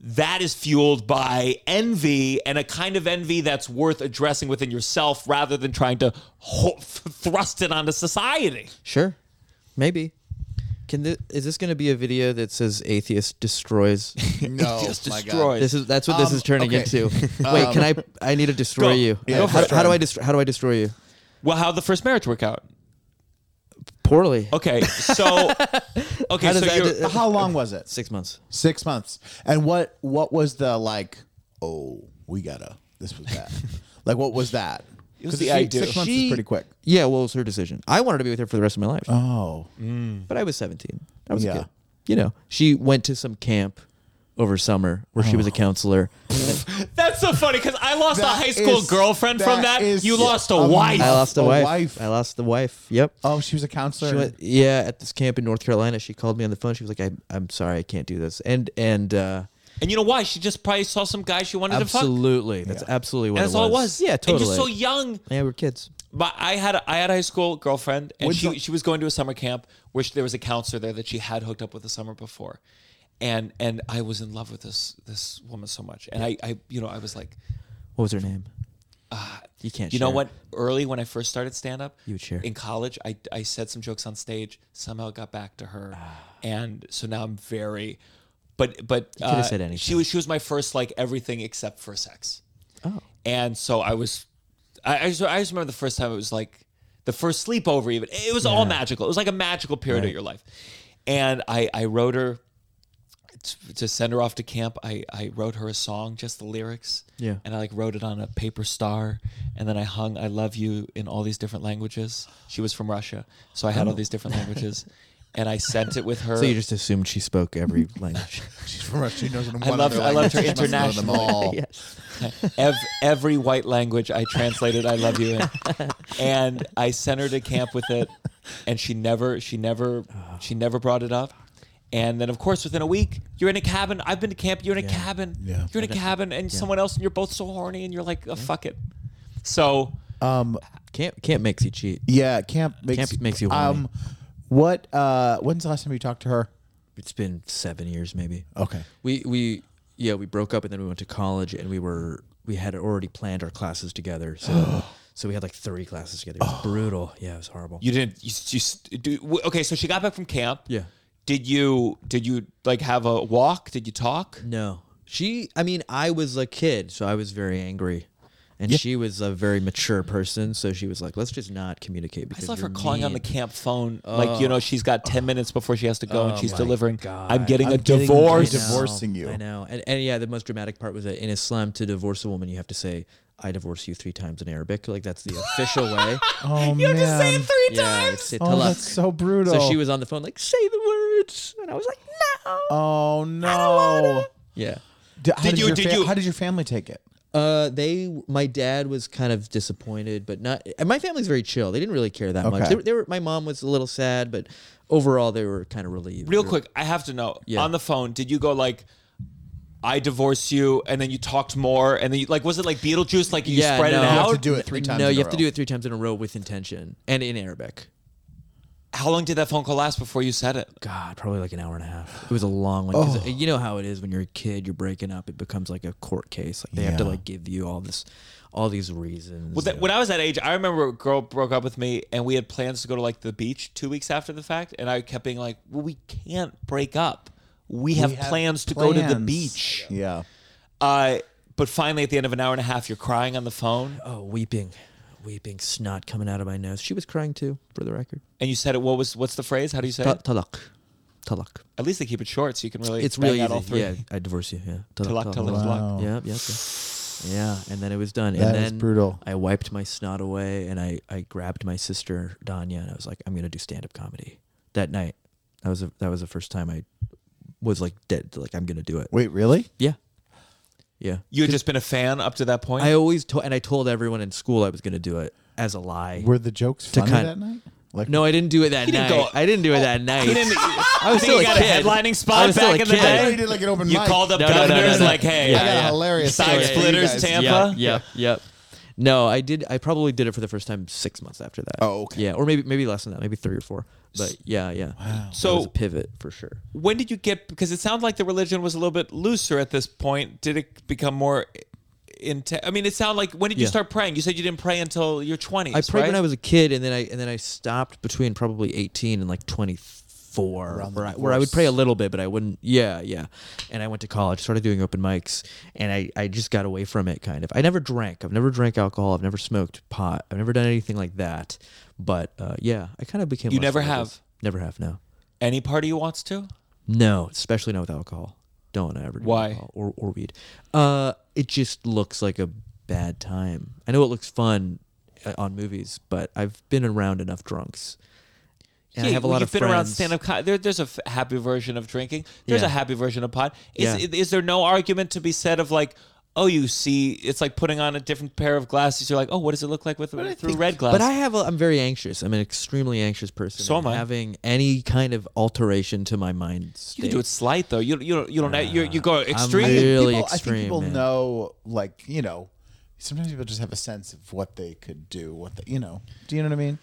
that is fueled by envy and a kind of envy that's worth addressing within yourself rather than trying to ho- thrust it onto society.
Sure. Maybe. Can this, is this going to be a video that says atheist destroys?
no,
just
my God.
destroyed.
this is that's what this
Um,
is turning
okay.
into. Wait, can I? I need to destroy
Go.
you.
Yeah,
how,
destroy
how do
him.
I destroy? How do I destroy you?
Well, how'd the first marriage work out?
Poorly.
Okay, so okay,
does
so
that
you're,
do-
How long was it?
Six months.
Six months. And what what was the like? Oh, we gotta. This was bad. like what was that? Because
the
six,
idea.
six months
She-
is pretty quick.
Yeah, well, it was her decision. I wanted to be with her for the rest of my life,
Oh,
but I was 17. I was
Yeah.
a kid. You know, she went to some camp over summer where she was
Oh.
a counselor.
that's so funny because I lost a
That
high school
is-
girlfriend from
that
that.
is
You lost a
amazing.
wife.
I lost a
A
wife.
wife.
I lost the wife. Yep.
oh, she was a counselor.
She went, yeah, at this camp in North Carolina, she called me on the phone. She was like, I, "I'm sorry, I can't do this." And and uh,
and you know why? She just probably saw some guy she wanted to fuck.
absolutely, that's absolutely what
And that's
it
all it was.
was. Yeah,
And
totally.
you're so young.
yeah, we're kids.
But I had a, I had a high school girlfriend, and
What'd
she
you-
she was going to a summer camp where she, there was a counselor there that she had hooked up with the summer before, and and I was in love with this this woman so much, and I I you know I was like
What was her name? you
Uh,
can't.
you know
share.
what early when I first started stand up
You would share.
in college I I said some jokes on stage somehow it got back to her,
Ah.
and so now I'm very. But but
coulda
uh,
said anything.
she was she was my first like everything except for sex.
Oh,
And so I was, I, I, just, I just remember the first time it was like the first sleepover, even. It was all magical. It was like a magical period of your life. And I, I wrote her t- to send her off to camp. I, I wrote her a song, just the lyrics.
Yeah.
And I like wrote it on a paper star. And then I hung I love you in all these different languages. She was from Russia. So I had all these different languages. And I sent it with her.
so you just assumed she spoke every language.
She's from Russia. She knows one
I loved,
other
I loved her
language. She must know them
internationally.
all.
Ev- every white language I translated "I love you" in, and I sent her to camp with it, and she never, she never, she never brought it up, And then, of course, within a week, you're in a cabin. I've been to camp. You're in a cabin.
Yeah.
You're in a cabin, and someone else, and you're both so horny, and you're like, oh, fuck it. So,
Can't can't makes you cheat.
Yeah, camp makes
Camp makes you horny.
Um, what? Uh, when's the last time you talked to her?
It's been seven years maybe.
Okay.
We we yeah we broke up and then we went to college and we were we had already planned our classes together so so we had like three classes together. It
Oh.
was brutal. Yeah, it was horrible.
you didn't. You, you st- do, w- okay. So she got back from camp.
Yeah.
Did you? Did you like have a walk? Did you talk?
No. She, I mean, I was a kid, so I was very angry. And she was a very mature person, so she was like, let's just not communicate
I
because
just love her
you're
calling on the
mean."
camp phone. like, you know, she's got 10 minutes before she has to go and she's delivering.
Oh God.
I'm getting
I'm
a
getting
I know,
divorce.
divorcing you.
I know. And, and yeah, the most dramatic part was that in Islam, to divorce a woman, you have to say, I divorce you three times in Arabic. Like, that's the official way.
Oh you man. Just say
Three
yeah, it's it
oh,
talak.
that's so brutal.
So she was on the phone, like, say the words. And I was like, no.
Oh no.
Yeah.
D- how
Did you-
your
did you-
How did your family take it?
Uh, they, my dad was kind of disappointed, but not. And my family's very chill. They didn't really care that much.
Okay.
They, were- they were. My mom was a little sad, but overall, they were kind of relieved.
Real quick, I have to know.
Yeah.
On the phone, did you go like, I divorce you, and then you talked more, and then you, like, was it like Beetlejuice? Like, you
Yeah,
spread
no.
it
You
You
out?
have to do it three times.
No,
in
you
a
have to
row.
do it three times in a row with intention and in Arabic.
How long did that phone call last before you said it?
God, probably like an hour and a half. It was a long one.
Oh.
'cause You know how it is when you're a kid, you're breaking up. It becomes like a court case. Like they have to
Yeah.
like give you all this, all these reasons.
Well, that, when I was that age, I remember a girl broke up with me, and we had plans to go to like the beach two weeks after the fact, and I kept being like, "Well, we can't break up. We have, plans to go to the
Plans.
beach."
Yeah.
Uh, but finally, at the end of an hour and a half, you're crying on the phone,
oh, weeping, weeping, snot coming out of my nose. She was crying too, for the record.
and you said it. What was what's the phrase? How do you say
Ta-
it?
Talak, talak.
At least they keep it short, so you can really
It's
bang
really
out all
easy.
three.
Yeah, I divorce you. Yeah,
Talak, talak,
Wow.
Yeah, yeah, yeah. And then it was done.
That
and
is
then
brutal.
I wiped my snot away, and I I grabbed my sister Danya, and I was like, I'm gonna do stand up comedy that night. That was a, that was the first time I was like dead. Like I'm gonna do it.
Wait, really?
Yeah, yeah.
You had just been a fan up to that point.
I always told, and I told everyone in school I was gonna do it as a lie.
Were the jokes
To
funny
kind-
that night? Like
no, I didn't do it that
didn't
night.
go-
I didn't do it that night.
You didn't-
I was
think
still
you
a
got a
kid.
headlining
I
spot
was still
back
a
in the
kid.
I thought
day.
you did like an open
You
mic.
called up
No, no, no, no,
governors
no.
like, "Hey,
Yeah,
I got
yeah.
a hilarious
Side
story for you
splitters,
guys.
Tampa.
Yeah, yep, yep. No, I did. I probably did it for the first time six months after that.
Oh, okay.
Yeah, or maybe maybe less than that, maybe three or four. But yeah, yeah. Wow.
So-
that was a pivot for sure.
when did you get because it sounds like the religion was a little bit looser at this point did it become more intense i mean it sounded like when did you
Yeah.
start praying you said you didn't pray until your 20s
I prayed
right?
when I was a kid, and then I and then I stopped between probably eighteen and like twenty four, where I, where I would pray a little bit, but I wouldn't. Yeah, yeah. And I went to college, started doing open mics, and I I just got away from it kind of. I never drank. I've never drank alcohol. I've never smoked pot. I've never done anything like that. But uh, yeah, I kind of became.
You
less
never
religious.
have?
Never have. No.
any party you wants to
No, especially not with alcohol. Don't ever do
Why?
alcohol or or weed. Uh, it just looks like a bad time. I know it looks fun uh, on movies, but I've been around enough drunks, and I have a
well,
lot
you've
of
been
friends.
around stand-up co- there, there's a f- happy version of drinking there's
Yeah.
a happy version of pot is,
Yeah.
is there no argument to be said of like oh you see it's like putting on a different pair of glasses you're like oh what does it look like with through red glasses
But I have. A, I'm very anxious. I'm an extremely anxious person.
So
and
am I.
Having any kind of alteration to my mind. State.
you can do it slight though you, you don't you don't you're, you go extreme
I think
Really
people, I
extreme,
think people
man.
know, like you know, sometimes people just have a sense of what they could do, what they, you know. Do you know what I mean?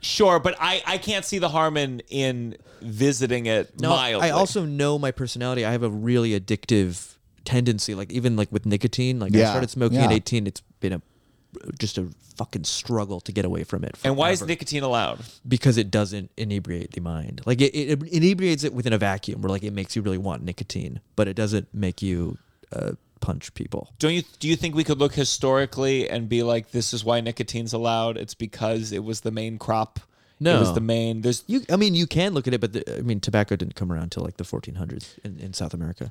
Sure, but I, I can't see the harm in in visiting it
No,
mildly.
I also know my personality. I have a really addictive tendency. Like even like with nicotine. Like I
Yeah,
started smoking at
yeah.
18. It's been a just a fucking struggle to get away from it.
and why is
forever.
nicotine allowed?
because it doesn't inebriate the mind. Like it, it, inebriates it within a vacuum, where like it makes you really want nicotine, but it doesn't make you uh, punch people.
Don't you do you think we could look historically and be like, this is why nicotine's allowed? It's because it was the main crop. it
No.
was the main. There's
You, I mean, you can look at it, but the, I mean, tobacco didn't come around till like the 1400s in, in South America,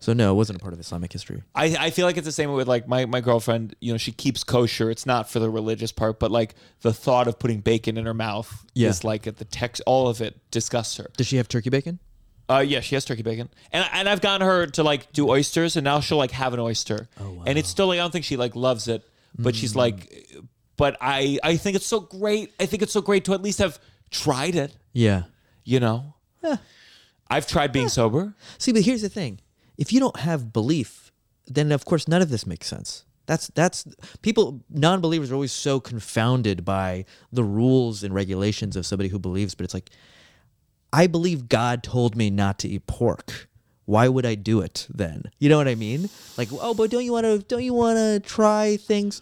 so no, it wasn't a part of Islamic history.
I, I feel like it's the same with like my, my girlfriend, you know, she keeps kosher. It's not for the religious part, but like the thought of putting bacon in her mouth
Yeah.
is like at the text, all of it disgusts her.
Does she have turkey bacon?
Uh, yeah, she has turkey bacon, and and I've gotten her to like do oysters, and now she'll like have an oyster, and it's still like I don't think she like loves it, but she's like, but I I think it's so great. I think it's so great to at least have tried it,
Yeah,
you know. I've tried being sober.
See, but here's the thing: if you don't have belief, then of course none of this makes sense. That's that's people non-believers are always so confounded by the rules and regulations of somebody who believes, but it's like I believe God told me not to eat pork. Why would I do it then? You know what I mean? Like, oh, but don't you want to don't you want to try things?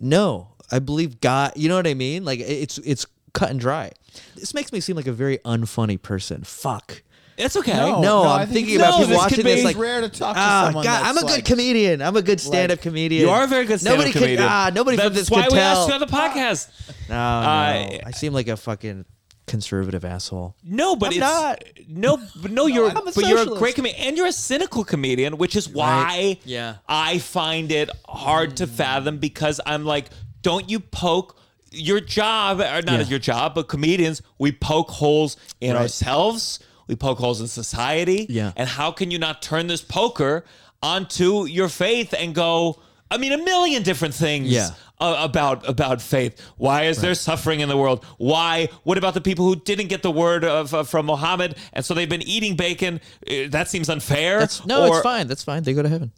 No, I believe God. You know what I mean? Like it- it's it's cut and dry. This makes me seem like a very unfunny person. Fuck.
It's okay.
No,
no, I
I'm
think
thinking
it's-
about
no,
people
this
watching
could
this
be-
like
it's rare to talk to
ah,
someone
God,
that's
I'm a good
like-
comedian. I'm a good stand-up comedian.
You are a very good stand-up
nobody
comedian.
Could, ah, nobody
That's
from this
why
could
we
tell.
asked you on the Uh, podcast.
no, no,
I-
I seem like a fucking conservative asshole.
No, but
I'm
it's
not.
no, but no. You're
I'm a
but you're a
socialist.
great comedian, and you're a cynical comedian, which is why
Right. Yeah. Mm.
I find it hard to fathom because I'm like, don't you poke your job or not
Yeah.
as your job, but comedians, we poke holes in
Right.
ourselves, we poke holes in society,
Yeah.
And how can you not turn this poker onto your faith and go? I mean, a million different things
Yeah.
uh, about about faith. Why is there suffering in the world? Why? What about the people who didn't get the word of uh, from Muhammad and so they've been eating bacon? Uh, that seems unfair.
That's no,
Or-
it's fine. That's fine. They go to heaven.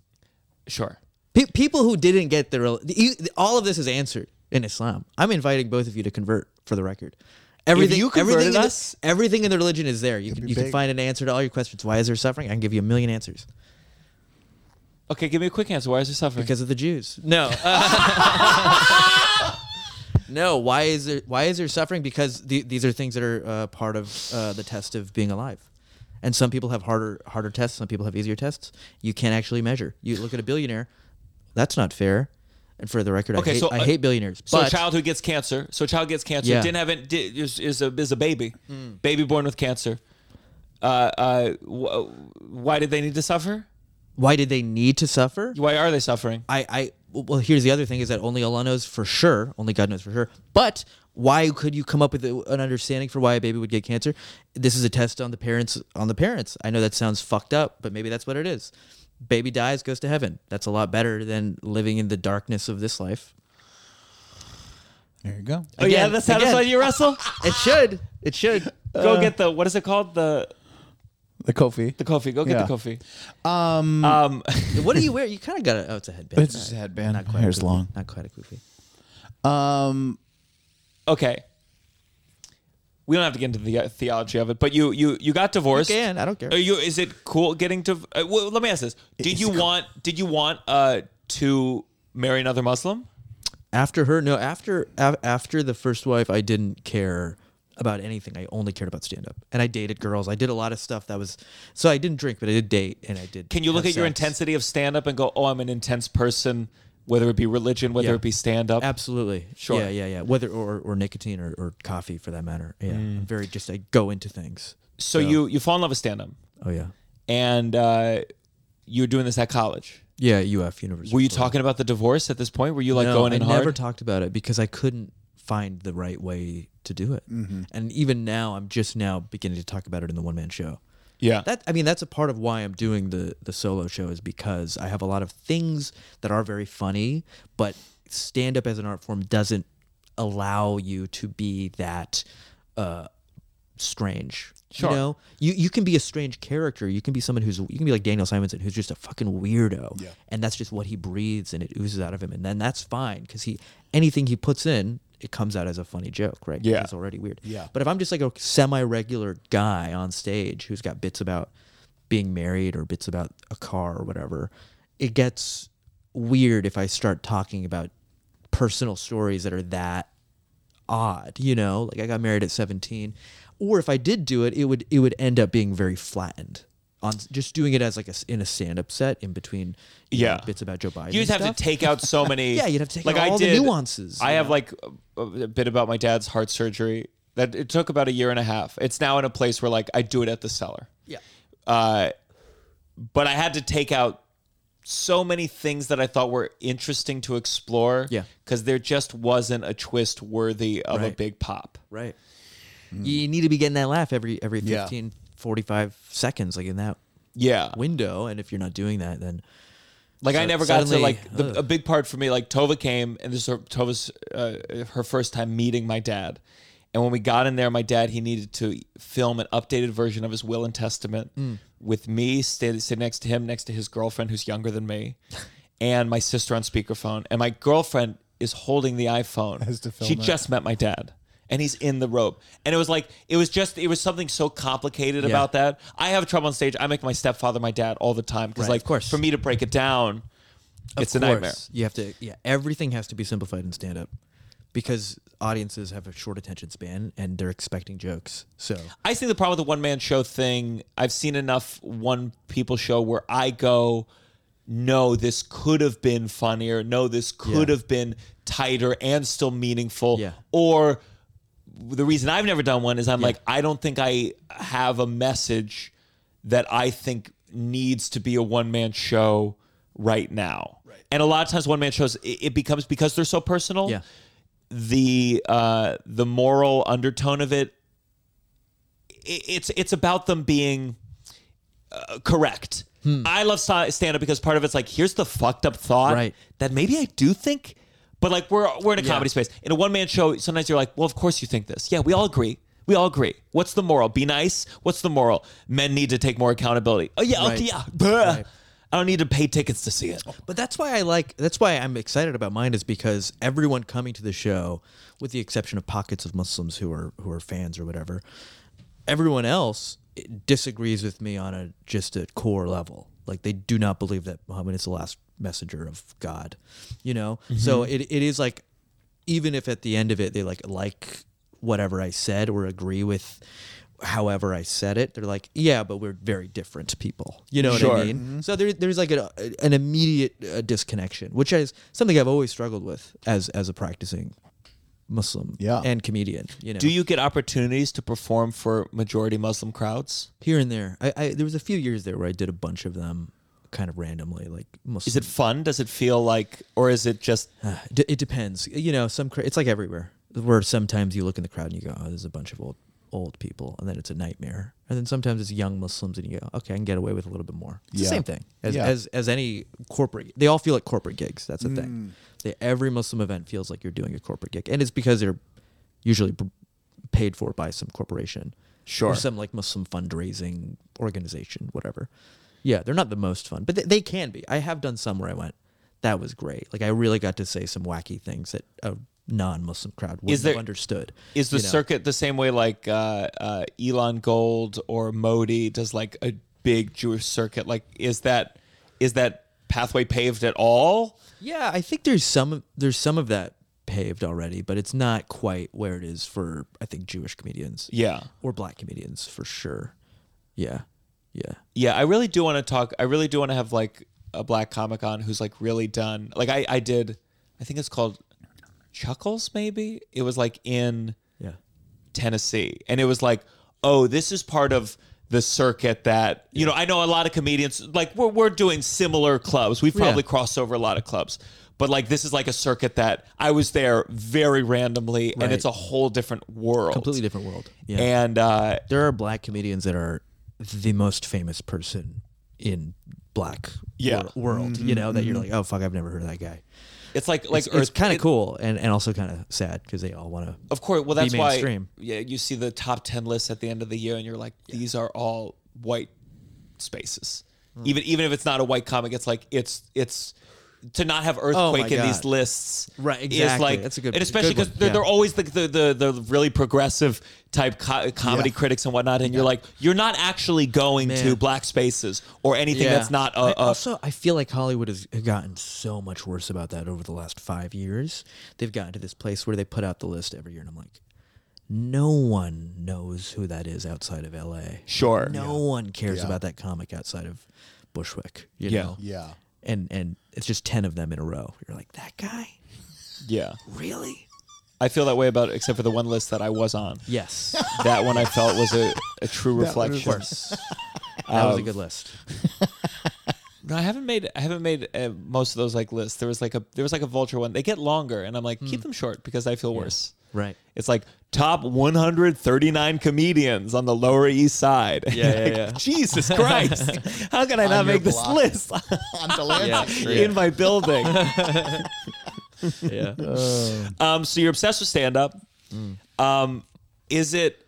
Sure.
Pe- people who didn't get the rel- you- all of this is answered in Islam. I'm inviting both of you to convert for the record. Everything,
you converted
everything, in the-
us-
everything in the religion is there. You, can, you can
big.
find an answer to all your questions. Why is there suffering? I can give you a million answers
Okay, give me a quick answer. Why is there suffering?
because of the Jews. No, no. Why is there? Why is there suffering? Because the, these are things that are uh, part of uh, the test of being alive. And some people have harder harder tests. Some people have easier tests. You can't actually measure. You look at a billionaire. That's not fair. And for the record,
Okay,
I hate,
so,
I
uh,
hate billionaires.
so
but
a child who gets cancer. So a child gets cancer.
Yeah. Hmm.
Didn't have it. Did, is, is a is a baby. Baby born with cancer. Uh, uh, wh- why did they need to suffer?
why did they need to suffer?
Why are they suffering?
I, I well, here's the other thing is that only Allah knows for sure. Only God knows for sure. But why could you come up with a, an understanding for why a baby would get cancer? This is a test on the parents. On the parents. I know that sounds fucked up, but maybe that's what it is. Baby dies, goes to heaven. That's a lot better than living in the darkness of this life.
There you go.
oh yeah,
again,
that satisfied
again. Uh,
you, Russell.
It should. It should.
Go get the what is it called the
The Kofi.
the coffee. Go get
Yeah.
the coffee.
Um,
Um,
what do you wear? You kind of got a. Oh, it's a headband.
it's just a headband.
Not quite.
Hair's
a kufi.
long.
Not quite a goofy.
Um,
okay. We don't have to get into the uh, theology of it, but you you you got divorced.
You can, I don't care.
Are you is it cool getting to? Uh, well, let me ask this: Did you want did you want uh to marry another Muslim?
after her no after af- after the first wife i didn't care about anything i only cared about stand up and i dated girls i did a lot of stuff that was so i didn't drink but i did date and i did
Can you look at
have
your
sex.
intensity of stand up and go, oh, I'm an intense person, whether it be religion, whether
Yeah.
it be stand up?
absolutely
Sure.
yeah yeah yeah whether or, or nicotine or, or coffee for that matter yeah
Mm.
I'm very just i go into things
So you you fall in love with stand up,
oh yeah
and uh, you're doing this at college.
yeah uf university
Were you talking about the divorce at this point? Were you like
no,
going
I
in
never
hard?
talked about it because I couldn't find the right way to do it.
Mm-hmm.
And even now, I'm just now beginning to talk about it in the one man show.
Yeah.
that I mean that's a part of why I'm doing the the solo show is because I have a lot of things that are very funny, but stand up as an art form doesn't allow you to be that. Uh, strange.
Sure.
You know, you, you can be a strange character. You can be someone who's you can be like Daniel Simonson, who's just a fucking weirdo. Yeah. And that's just what he breathes, and it oozes out of him, and then that's fine because he anything he puts in, it comes out as a funny joke, right? 'Cause
Yeah.
it's already weird. Yeah. But if I'm just like a semi-regular guy on stage who's got bits about being married or bits about a car or whatever, it gets weird if I start talking about personal stories that are that odd, you know? Like I got married at 17. Or if I did do it, it would it would end up being very flattened on just doing it as like a s in a stand-up set in between you know,
Yeah.
bits about Joe Biden.
You'd
and
have
stuff.
to take out so many.
Yeah, you'd have to take out all the nuances,
I
you
have like a, a bit about my dad's heart surgery that it took about a year and a half. It's now in a place where like I do it at the cellar.
Yeah.
Uh, but I had to take out so many things that I thought were interesting to explore.
Yeah.
Because there just wasn't a twist worthy of a
Right.
big pop.
Right. Mm. You need to be getting that laugh every every
Yeah.
15 45 seconds like in that
Yeah.
window and if you're not doing that then
Like I
So
never
suddenly-
got to like the,
ugh.
a big part for me. Like Tova came, and this is her- Tova's uh, her first time meeting my dad, And when we got in there, my dad he needed to film an updated version of his will and testament with me sta- sitting next to him, next to his girlfriend who's younger than me, and my sister on speakerphone. And my girlfriend is holding the iPhone.
to film
she
it.
just met my dad. And he's in the robe. And it was like, it was just, it was something so complicated about that. I have trouble on stage. I make my stepfather my dad all the time. Because,
Right,
like,
of course.
for me to break it down, it's a nightmare.
You have to yeah, everything has to be simplified in stand up because audiences have a short attention span and they're expecting jokes. So
I see the problem with the one man show thing. I've seen enough one people show where I go, no, this could have been funnier. No, this could
Yeah.
have been tighter and still meaningful.
Yeah.
Or the reason I've never done one is I'm
Yeah.
like, I don't think I have a message that I think needs to be a one man show right now. Right. And a lot of times, one man shows, it, it becomes because they're so personal
yeah.
the uh, the moral undertone of it, i it's it's about them being uh, correct.
Hmm.
I love stand up because part of it's like here's the fucked up thought
Right.
that maybe I do think, but like we're we're in a comedy space in a one man show. Sometimes you're like, well, of course you think this. Yeah, we all agree. We all agree. What's the moral? Be nice. What's the moral? Men need to take more accountability. Oh yeah,
Right.
okay, yeah. Bleh.
Right.
I don't need to pay tickets to see it.
But that's why I like. That's why I'm excited about mine is because everyone coming to the show, with the exception of pockets of Muslims who are who are fans or whatever, everyone else disagrees with me on a just a core level. Like they do not believe that Muhammad is the last messenger of God. You know, so
Mm-hmm.
it, it is like, even if at the end of it they like like whatever I said or agree with. However, I said it. They're like, yeah, but we're very different people. You know what I
Sure. Mm-hmm.
mean? So there, there's like a, an immediate uh, disconnection, which is something I've always struggled with as as a practicing Muslim
Yeah.
and comedian. You know,
Do you get opportunities to perform for majority Muslim crowds?
here and there. I, I there was a few years there where I did a bunch of them, kind of randomly, like Muslim.
Is it fun? Does it feel like, or is it just?
Uh, d- it depends. You know, some cra- it's like everywhere. Where sometimes you look in the crowd and you go, "Oh, there's a bunch of old old people," and then it's a nightmare. And then sometimes it's young Muslims and you go, "Okay, I can get away with a little bit more." It's
Yeah.
the same thing as,
Yeah.
as as any corporate. They all feel like corporate gigs. That's the
Mm.
thing. They, every Muslim event feels like you're doing a corporate gig, and it's because they're usually p- paid for by some corporation,
Sure.
or some like Muslim fundraising organization, whatever. Yeah, they're not the most fun, but they, they can be. I have done some where I went, that was great. Like I really got to say some wacky things that a non-Muslim crowd wouldn't
there-
have understood.
Is the
you know?
circuit the same way like uh, uh, Elon Gold or Modi does like a big Jewish circuit? Like, is that is that pathway paved at all?
Yeah, I think there's some there's some of that paved already, but it's not quite where it is for I think Jewish comedians.
Yeah,
Or black comedians for sure. Yeah. Yeah.
yeah. I really do want to talk. I really do want to have like a black comic on who's like really done. Like, I I did. I think it's called Chuckles. Maybe it was like in.
Yeah.
Tennessee. And it was like, oh, this is part of the circuit that, you know, I know a lot of comedians, like, we're, we're doing similar clubs. We've probably
Yeah.
crossed over a lot of clubs. But like, this is like a circuit that I was there very randomly,
Right.
and it's a whole different world.
Completely different world. Yeah.
And uh,
there are black comedians that are the most famous person in black
Yeah.
wor- world, you know, that you're like, oh fuck, I've never heard of that guy.
it's like, like,
It's, it's
Earth-
kind of
it-
cool and, and also kind of sad because they all want to.
Of course. Well, that's why.
mainstream.
Yeah, you see the top ten lists at the end of the year, and you're like, these are all white spaces.
Hmm.
Even even if it's not a white comic, it's like it's it's to not have earthquake in these
Oh God.
lists.
Right,
Is
exactly.
like
That's a good-
and especially
good one.
because they're,
Yeah.
they're always the, the the the really progressive type co- comedy
Yeah.
critics and whatnot, and you're like, you're not actually going to
Man.
black spaces or anything that's not a,
I
a
also, I feel like Hollywood has gotten so much worse about that over the last five years. They've gotten to this place where they put out the list every year, and I'm like, no one knows who that is outside of L.A.
sure.
No one cares
Yeah.
about that comic outside of Bushwick. You
Yeah.
know?
Yeah.
And and it's just ten of them in a row. You're like, that guy,
Yeah,
really?
I feel that way about except for the one list that I was on.
Yes,
That one I felt was a, a true
one
reflection.
is-
that was a good list.
No, I haven't made I haven't made uh, most of those like lists. There was like a there was like a vulture one. They get longer, and I'm like keep
Hmm.
them short because I feel worse.
Right.
It's like top 139 comedians on the Lower East Side.
yeah,
Like,
yeah.
Jesus Christ! How can I not
your
make this
block.
list
On Delancey Street.
in my building?
Yeah. Mm.
um, so you're obsessed with stand up. Um, is it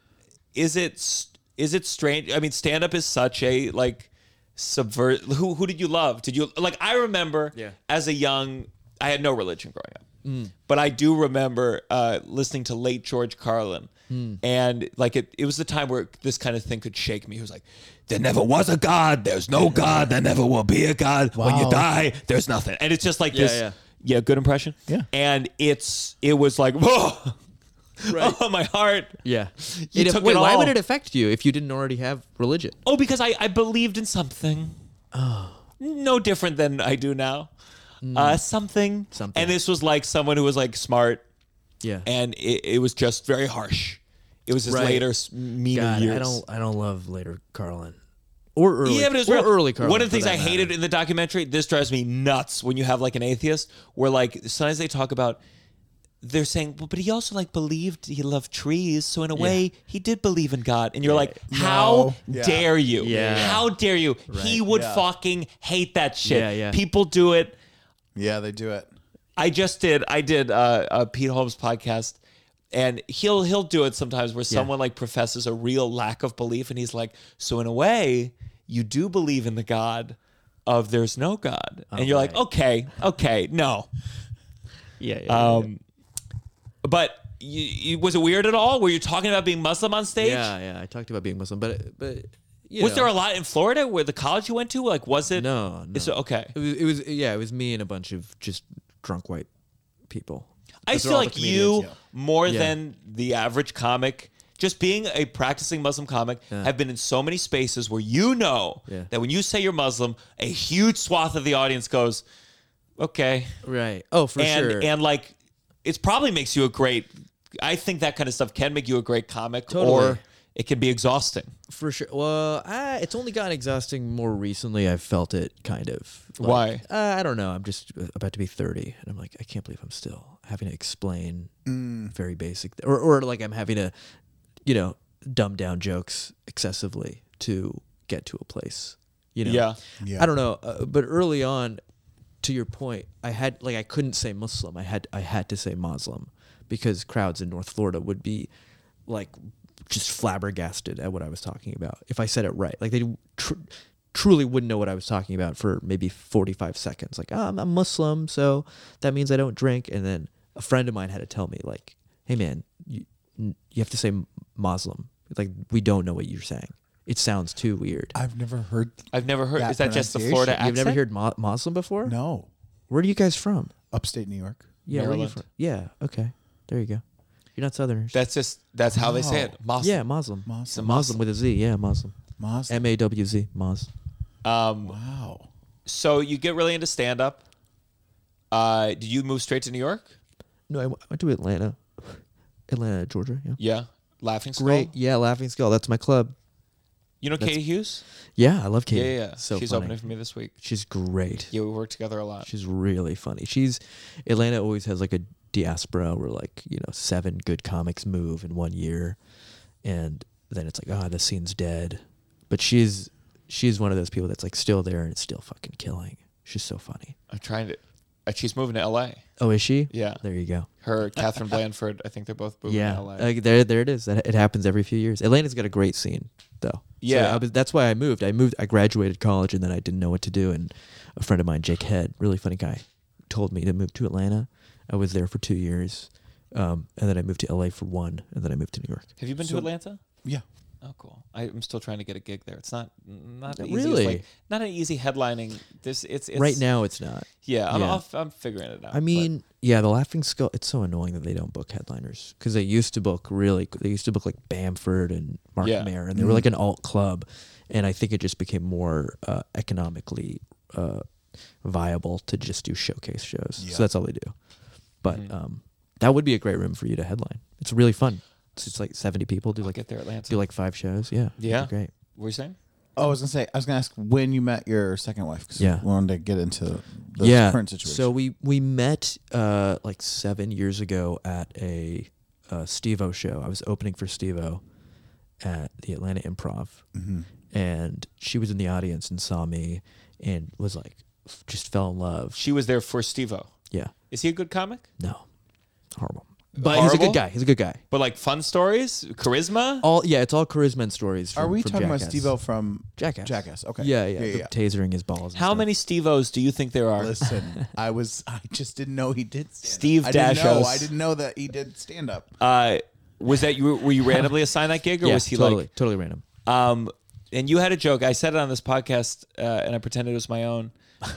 is it s- is it strange? I mean, stand up is such a like subvert. Who who did you love? Did you like? I remember
Yeah. Hmm.
as a young, I had no religion growing up, but I do remember uh, listening to late George Carlin,
Hmm.
and like it it was the time where this kind of thing could shake me. He was like. There never was a God. There's no God. There never will be a God. When you
Wow.
die, there's nothing. And it's just like this.
yeah.
yeah, good impression.
Yeah.
And it's it was like, whoa, oh my heart.
Yeah.
You
It-
took
wait,
it
why
all.
would it affect you if you didn't already have religion?
Oh, because I, I believed in something. No different than I do now. Uh, something.
Something.
And this was like someone who was like smart,
Yeah.
and it, it was just very harsh. It was his
Right.
later s- meaner
God,
years.
I don't I don't love later Carlin.
or early.
yeah, but it was
or
real.
early Carlin.
One of the
for
things
that
I
matter.
hated in the documentary. This drives me nuts when you have like an atheist, where like sometimes they talk about. They're saying, well, but he also like believed he loved trees, so in a way he did believe in God. And you're like, how
No. Yeah.
dare you?
Yeah.
How dare you? He would
Yeah.
fucking hate that shit.
Yeah, yeah.
People do it.
Yeah, they do it.
I just did. I did uh, a Pete Holmes podcast, and he'll he'll do it sometimes where someone like professes a real lack of belief, and he's like, "So in a way, you do believe in the God of there's no God," and you're like, "Okay, okay, no."
Yeah, yeah.
Um, but you, you, was it weird at all? Were you talking about being Muslim on stage?
Yeah, yeah. I talked about being Muslim, but but you
Was
know,
there a lot in Florida where the college you went to? Like, was it?
no, no.
It's okay.
It was, it was yeah, it was me and a bunch of just drunk white people.
I
Those are
feel
all the
like you
comedians,
more
Yeah.
than the average comic, just being a practicing Muslim comic, have been in so many spaces where you know
Yeah.
that when you say you're Muslim, a huge swath of the audience goes, "Okay,"
Right. Oh, for
and
sure.
and like it probably makes you a great. I think that kind of stuff can make you a great comic, or
Totally.
it can be exhausting.
for sure. Well, I, it's only gotten exhausting more recently. I've felt it kind of.
Why?
Uh, I don't know. I'm just about to be 30, and I'm like, I can't believe I'm still having to explain
Mm.
very basic, or or like I'm having to, you know, dumb down jokes excessively to get to a place. You know.
Yeah.
Yeah.
I don't know, uh, but early on, to your point, I had like I couldn't say Muslim. I had I had to say Muslim because crowds in North Florida would be like just flabbergasted at what I was talking about if I said it right. Like they tr- truly wouldn't know what I was talking about for maybe 45 seconds. Like, oh, I'm a Muslim, so that means I don't drink. And then a friend of mine had to tell me like, hey man, you, you have to say Muslim. Like we don't know what you're saying. It sounds too weird.
I've never heard.
I've never heard.
That
Is that just the
pronunciation.
Florida
You've
accent?
You've never heard Mo- Muslim before?
No,
Where are you guys from?
upstate New York.
Yeah, where are you
Maryland.
from? Yeah, okay. There you go. You're not Southerners.
That's just that's how they say it. Muslim.
yeah, Muslim.
Muslim.
Muslim. with a Z. Yeah, Muslim.
Maz.
M A W Z. Mos.
Um,
wow.
so you get really into stand up. Uh, did you move straight to New York?
No, I w- I went to Atlanta. Atlanta, Georgia. Yeah.
Yeah, Laughing Skull.
Great. Yeah, Laughing Skull. That's my club.
You know Katie Hughes?
Yeah, I love
Yeah,
Katie.
yeah. yeah.
So
She's
funny.
opening for me this week.
She's great.
Yeah, we work together a lot.
She's really funny. She's Atlanta always has like a diaspora where like, you know, seven good comics move in one year and then it's like, ah, the scene's dead. But she's she's one of those people that's like still there and it's still fucking killing. She's so funny.
I'm trying to. Uh, she's moving to L.A.
Oh, is she?
Yeah.
There you go.
Her Catherine Blanford. I think they're both moving
Yeah.
to L.A.
Like there there it is. That it happens every few years. Atlanta's got a great scene though. So
Yeah.
I was- that's why I moved. I moved I graduated college and then I didn't know what to do and a friend of mine, Jake Head, really funny guy, told me to move to Atlanta. I was there for 2 years. Um, and then I moved to LA for one and then I moved to New York.
Have you been to Atlanta?
Yeah.
Oh, cool. I, I'm still trying to get a gig there. It's not not
Not
easy. It's
really.
like- not an easy headlining. This it's, it's
right now it's not.
Yeah, I'm
yeah.
Off, I'm figuring it out.
I mean, yeah, the Laughing Skull. It's so annoying that they don't book headliners because they used to book really. They used to book like Bamford and Mark
Yeah. Mm-hmm.
Mayer, and they were like an alt club. And I think it just became more uh, economically uh, viable to just do showcase shows. So that's all they do. But
Mm-hmm.
um, that would be a great room for you to headline. It's really fun. It's, it's like seventy people
but
do
I'll
like
get there Atlanta.
do like five shows. Yeah, it'd be
Yeah.
great.
what were you saying?
Oh, I was gonna say. I was gonna ask when you met your second wife. 'cause
Yeah.
We wanted to get into the current situation.
So we we met uh, like seven years ago at a uh, Steve-O show. I was opening for Steve-O at the Atlanta Improv,
Mm-hmm.
and she was in the audience and saw me and was like, f- just fell in love.
She was there for Stevo.
Yeah,
Is he a good comic?
no, horrible. But he's a
horrible?
good guy. He's a good guy.
But like fun stories, charisma.
All yeah, it's all charisma and stories. From,
Are we
from
talking
Jackass.
about Steve O from
Jackass.
Jackass. Okay.
Yeah, yeah,
yeah,
the tasering his balls. and
How
stuff.
many Stevos do you think there are?
Listen, I was I just didn't know he did stand
Steve
I didn't know.
Dashos.
I didn't know that he did stand up.
Uh, was that you? Were you randomly assigned that gig, or
Yeah,
was he
totally,
like?
totally random.
Um, and you had a joke. I said it on this podcast, uh, and I pretended it was my own.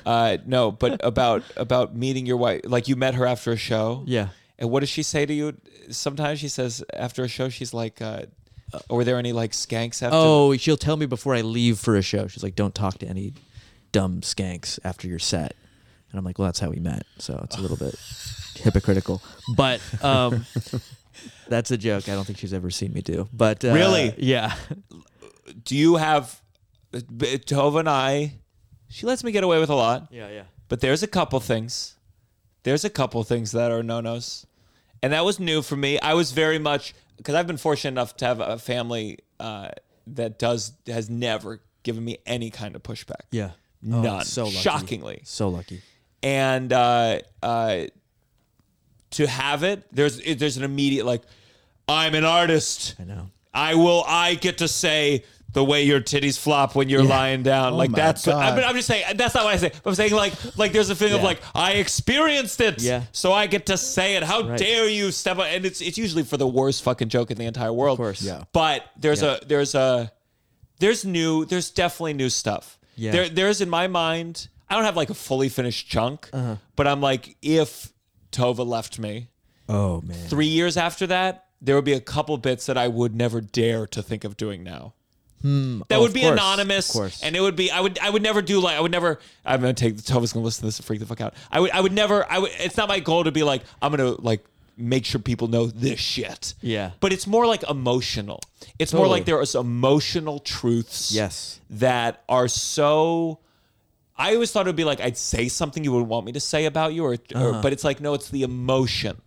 Uh, no, but about about meeting your wife, like you met her after a show.
Yeah.
And what does she say to you? Sometimes she says after a show, she's like, uh, "Were there any like skanks after?"
Oh, she'll tell me before I leave for a show. She's like, "Don't talk to any dumb skanks after your set." And I'm like, "Well, that's how we met." So it's a little bit hypocritical, but um, that's a joke. I don't think she's ever seen me do. But uh,
Really?
yeah,
Do you have B- Tova and I? She lets me get away with a lot.
yeah, yeah.
But there's a couple things. There's a couple things that are no nos. And that was new for me. I was very much, because I've been fortunate enough to have a family uh, that does, has never given me any kind of pushback.
Yeah.
None.
Oh, so lucky.
Shockingly.
So lucky.
And uh, uh, to have it, there's, it- there's an immediate, like, I'm an artist.
I know.
I will. I get to say the way your titties flop when you're lying
Oh
down. like
my
that's. I
God.
mean, I'm just saying that's not what I say. But I'm saying like like there's a feeling of
Yeah.
like I experienced it.
Yeah.
So I get to say it. How
Right.
dare you step on? And it's it's usually for the worst fucking joke in the entire world. Of
course.
Yeah.
But there's
Yeah.
a there's a there's new there's definitely new stuff.
Yeah.
There there's in my mind. I don't have like a fully finished chunk, but I'm like if Tova left me
Oh man.
three years after that, there would be a couple bits that I would never dare to think of doing now. that
Oh,
would
of
be
course,
anonymous,
of course.
and it would be I would I would never do like I would never I'm gonna take Tova's gonna listen to this and freak the fuck out. I would I would never I would it's not my goal to be like I'm gonna like make sure people know this shit.
Yeah.
but it's more like emotional. It's more
Totally.
like there is emotional truths.
Yes.
that are so. I always thought it would be like I'd say something you would want me to say about you, or,
Uh-huh.
or but it's like no, it's the emotion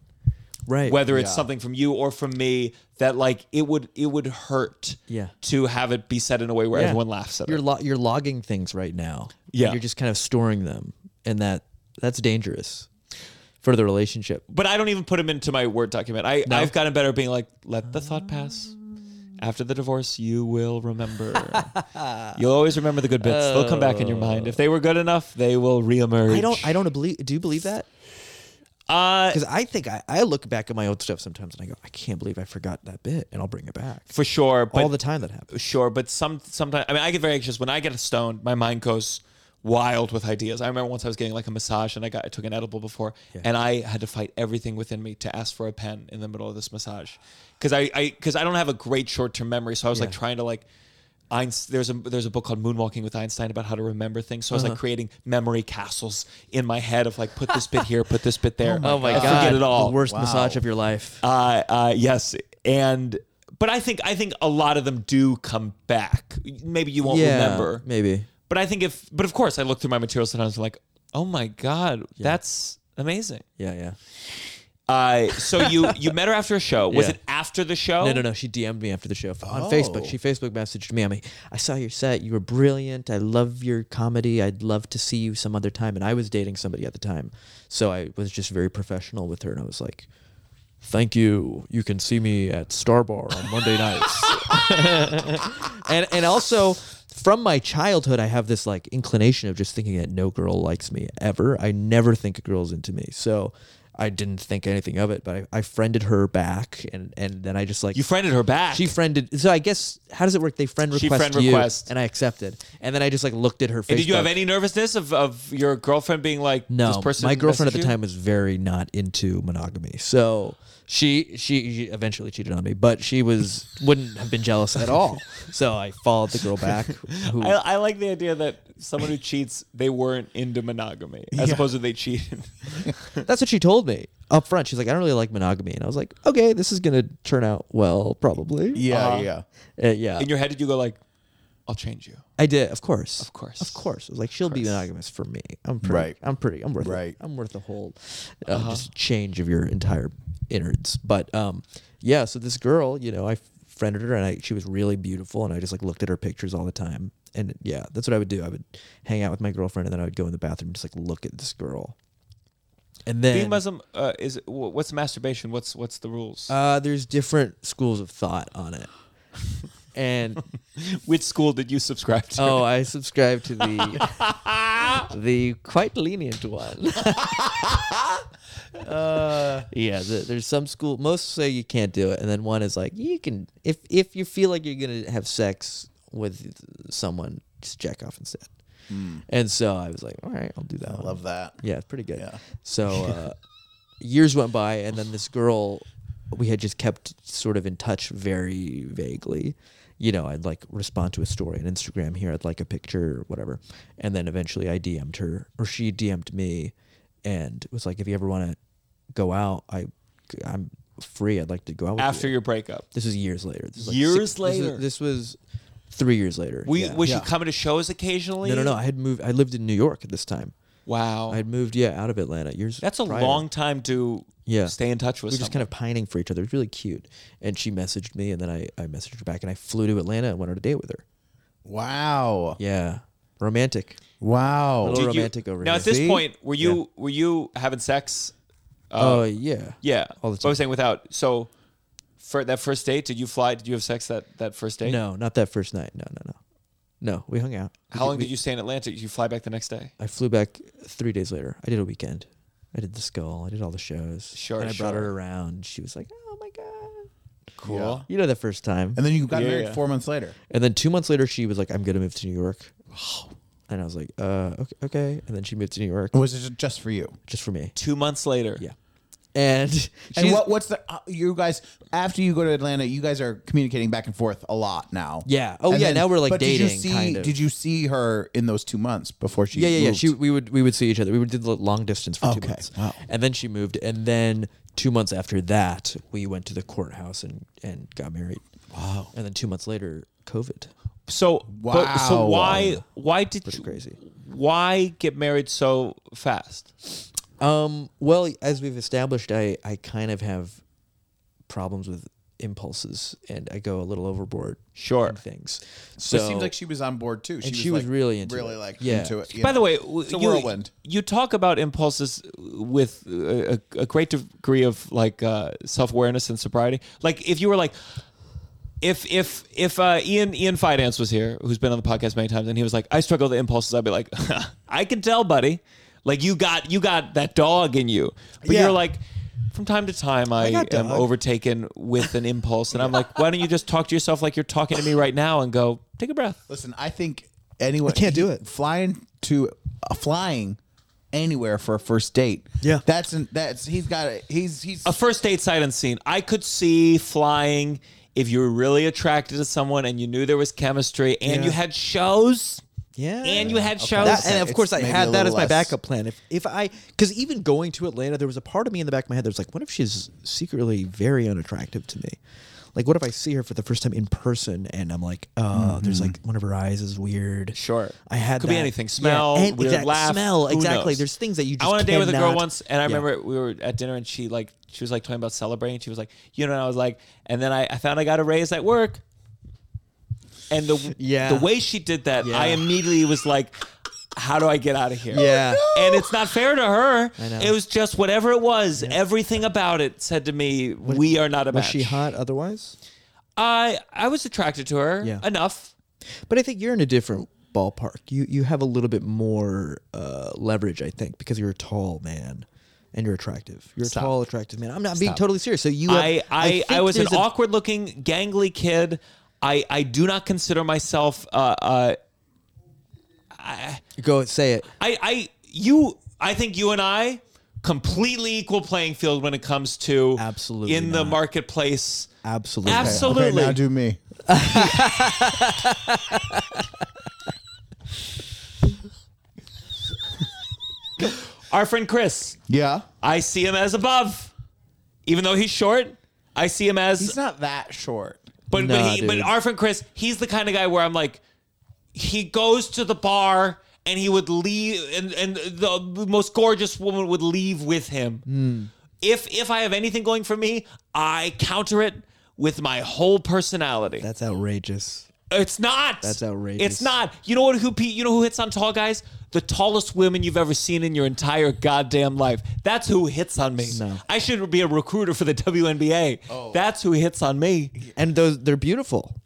Right.
whether it's something from you or from me that like it would it would hurt
Yeah.
to have it be said in a way where
Yeah.
everyone laughs at
you're
it.
lo- you're logging things right now.
Yeah.
You're just kind of storing them, and that that's dangerous for the relationship.
but I don't even put them into my word document. I I've gotten better at being like let the thought pass. After the divorce, you will remember. You'll always remember the good bits. They'll come back in your mind. If they were good enough, they will reemerge.
I don't. I don't believe. Do you believe that?
Uh,
Because I think I, I look back at my old stuff sometimes and I go, I can't believe I forgot that bit, and I'll bring it back.
for sure. But
All the time that happens.
sure, but some sometimes I mean I get very anxious when I get stoned. My mind goes wild with ideas. I remember once I was getting like a massage and I got I took an edible before, and I had to fight everything within me to ask for a pen in the middle of this massage because I because I, don't have a great short term memory, so I was like trying to like. Einstein, there's a there's a book called Moonwalking with Einstein about how to remember things. So I was
Uh-huh.
like creating memory castles in my head of like put this bit here, put this bit there. Oh
my
I forget it all.
The worst massage of your life.
Uh, uh, yes, and but I think I think a lot of them do come back. Maybe you won't remember,
Maybe.
but I think if but of course I look through my materials sometimes and like, oh my god, that's amazing.
Yeah. Yeah.
Uh, so you you met her after a show. Was
Yeah.
it after the show?
No, no, no. She DM'd me after the show
Oh.
on Facebook. She Facebook messaged me. I mean, I saw your set. You were brilliant. I love your comedy. I'd love to see you some other time. And I was dating somebody at the time, so I was just very professional with her. And I was like, "Thank you. You can see me at Star Bar on Monday nights." and and also from my childhood, I have this like inclination of just thinking that no girl likes me ever. I never think a girl's into me. So. I didn't think anything of it, but I, I friended her back, and, and then I just like
You friended her back.
she friended. So I guess how does it work? They friend
She
request
friend
you,
request.
and I accepted. And then I just like looked at her.
and did you
Facebook.
have any nervousness of, of your girlfriend being like
No,
this person?
my girlfriend at
messaged
the
you?
time was very not into monogamy, so she she she eventually cheated on me, but she was wouldn't have been jealous at all. So I followed the girl back. Who,
I, I like the idea that someone who cheats they weren't into monogamy as opposed to they cheated.
that's what she told me up front. She's like, I don't really like monogamy, and I was like, okay, this is gonna turn out well, probably.
Yeah, yeah.
Uh, yeah.
In your head, did you go like, "I'll change you"?
I did, of course, of
course.
of course. I was like, she'll be monogamous for me. I'm pretty.
Right.
I'm pretty. I'm worth.
Right.
It. I'm worth a whole, uh, just change of your entire innards. But um, yeah. So this girl, you know, I friended her, and I she was really beautiful, and I just like looked at her pictures all the time. And yeah, that's what I would do. I would hang out with my girlfriend, and then I would go in the bathroom and just like look at this girl and then
Being Muslim uh, is wh- what's masturbation? What's what's the rules?
uh, there's different schools of thought on it. And
Which school did you subscribe to?
Oh, I subscribe to the the quite lenient one.
Uh.
yeah, the, there's some school. Most say you can't do it, and then one is like you can if if you feel like you're gonna have sex with someone, just jack off instead. And so I was like, all right, I'll do that.
Hmm. I
one.
love that.
Yeah, it's pretty good.
Yeah.
So uh, years went by, and then this girl we had just kept sort of in touch very vaguely. You know, I'd like respond to a story on Instagram here. I'd like a picture or whatever. And then eventually I DM'd her, or she DM'd me, and was like, if you ever want to go out, I, I'm free. I'd like to go out with you."
After your breakup,
This was years later. This was like
Years
this was-
later?
This was, three years later.
we
Yeah.
was
Yeah.
she coming to shows occasionally?
no, no, no. I had moved. I lived in New York at this time.
Wow,
I had moved, yeah, out of Atlanta years.
that's a
prior.
long time to
Yeah.
stay in touch
We
with.
were just kind of pining for each other. It was really cute. And she messaged me, and then I, I messaged her back, and I flew to Atlanta and went on a date with her.
Wow.
Yeah, romantic.
Wow.
Little
Did you-
romantic over
now
here.
at this
See?
point, were you were you having sex?
Oh yeah,
Uh, Yeah, But I
all the
was
time.
saying without. So for that first date, did you fly? Did you have sex that that first date?
No, not that first night. No, no, no. No, we hung out.
How long did you stay in Atlanta? Did you fly back the next day?
I flew back three days later. I did a weekend. I did the skull. I did all the shows.
Sure,
And I brought
sure.
her around. She was like, "Oh my god."
Cool.
You know, the first time.
And then you got
Yeah,
married
yeah.
four months later.
And then two months later, she was like, "I'm gonna move to New York." And I was like, "Uh, okay, okay." And then she moved to New York
Was it just for you?
just for me.
Two months later.
Yeah. And she's,
And what, what's the uh, you guys after you go to Atlanta? You guys are communicating back and forth a lot now.
Yeah. Oh, yeah, now we're, like,
but Did you
dating,
see?
kind of.
Did you see her in those two months before she?
yeah, yeah, yeah.
moved?
She we would we would see each other. We would do the long distance for
Okay,
two months.
wow.
And then she moved, and then two months after that, we went to the courthouse and and got married. Wow. And then two months later, COVID.
So But, so
Wow.
why why did you
crazy.
Why get married so fast?
Um. Well, as we've established, I I kind of have problems with impulses, and I go a little overboard.
Sure.
in Things. So
But it seems like she was on board too.
and she was really into
really
it.
like
Yeah.
into it. you
By
know.
the way, w-
It's a
you,
whirlwind.
You talk about impulses with a, a- a great degree of like uh, self awareness and sobriety. Like if you were like, if if if uh, Ian Ian Fidance was here, who's been on the podcast many times, and he was like, I struggle with impulses. I'd be like, I can tell, buddy. Like you got you got that dog in you, but
Yeah.
you're like. From time to time, I,
got
am
dog.
overtaken with an impulse, and I'm like, "Why don't you just talk to yourself like you're talking to me right now, and go take a breath?"
Listen, I think anyone
can't do it.
Flying to uh, flying anywhere for a first date.
Yeah.
that's an, that's he's got a, he's he's
a first date sight unseen. I could see flying if you were really attracted to someone and you knew there was chemistry and you had shows.
Yeah.
And you had shows.
That, and
it's
of course, I
maybe a
had that as
little
my
less-
backup plan. If if I, because even going to Atlanta, there was a part of me in the back of my head that was like, what if she's secretly very unattractive to me? Like, what if I see her for the first time in person and I'm like, oh, there's like
Mm-hmm.
one of her eyes is weird.
Sure.
I had
Could be
that.
anything. Smell,
and
weird
exact-
laugh,
smell.
who
Exactly.
knows?
There's things that you. just
I want to date with a girl
cannot-
once, and I
Yeah.
remember we were at dinner and she like she was like talking about celebrating. She was like, you know, and I was like, and then I, I found I got a raise at work. And the
Yeah.
the way she did that, I
Yeah.
immediately was like, how do I get out of here? Oh,
Yeah.
And it's not fair to her.
I know.
It was just whatever it was. Everything about it said to me, "We are not a
Was
match."
she hot otherwise?
I I was attracted to her
Yeah.
enough.
But I think you're in a different ballpark. You you have a little bit more uh, leverage, I think, because you're a tall man and you're attractive. You're a tall, attractive man. I'm not being totally serious. So you, have,
I I,
think
I, was an
there's a-
awkward looking, gangly kid. I I do not consider myself. Uh, uh,
Go say it.
I I you. I think you and I completely equal playing field when it comes to
Absolutely
in the
not.
marketplace.
Absolutely.
Absolutely.
okay, now do me.
Our friend Chris,
Yeah,
I see him as above, even though he's short. I see him as
he's not that short.
But
Nah,
but, he, but
dude.
our friend Chris, he's the kind of guy where I'm like, he goes to the bar and he would leave, and and the most gorgeous woman would leave with him.
Hmm.
If if I have anything going for me, I counter it with my whole personality.
That's outrageous.
It's not.
That's outrageous.
It's not. You know what? Who Pete? You know who hits on tall guys? The tallest women you've ever seen in your entire goddamn life. That's who hits on me.
No. Oh.
I should be a recruiter for the WNBA. That's who hits on me.
and those they're beautiful.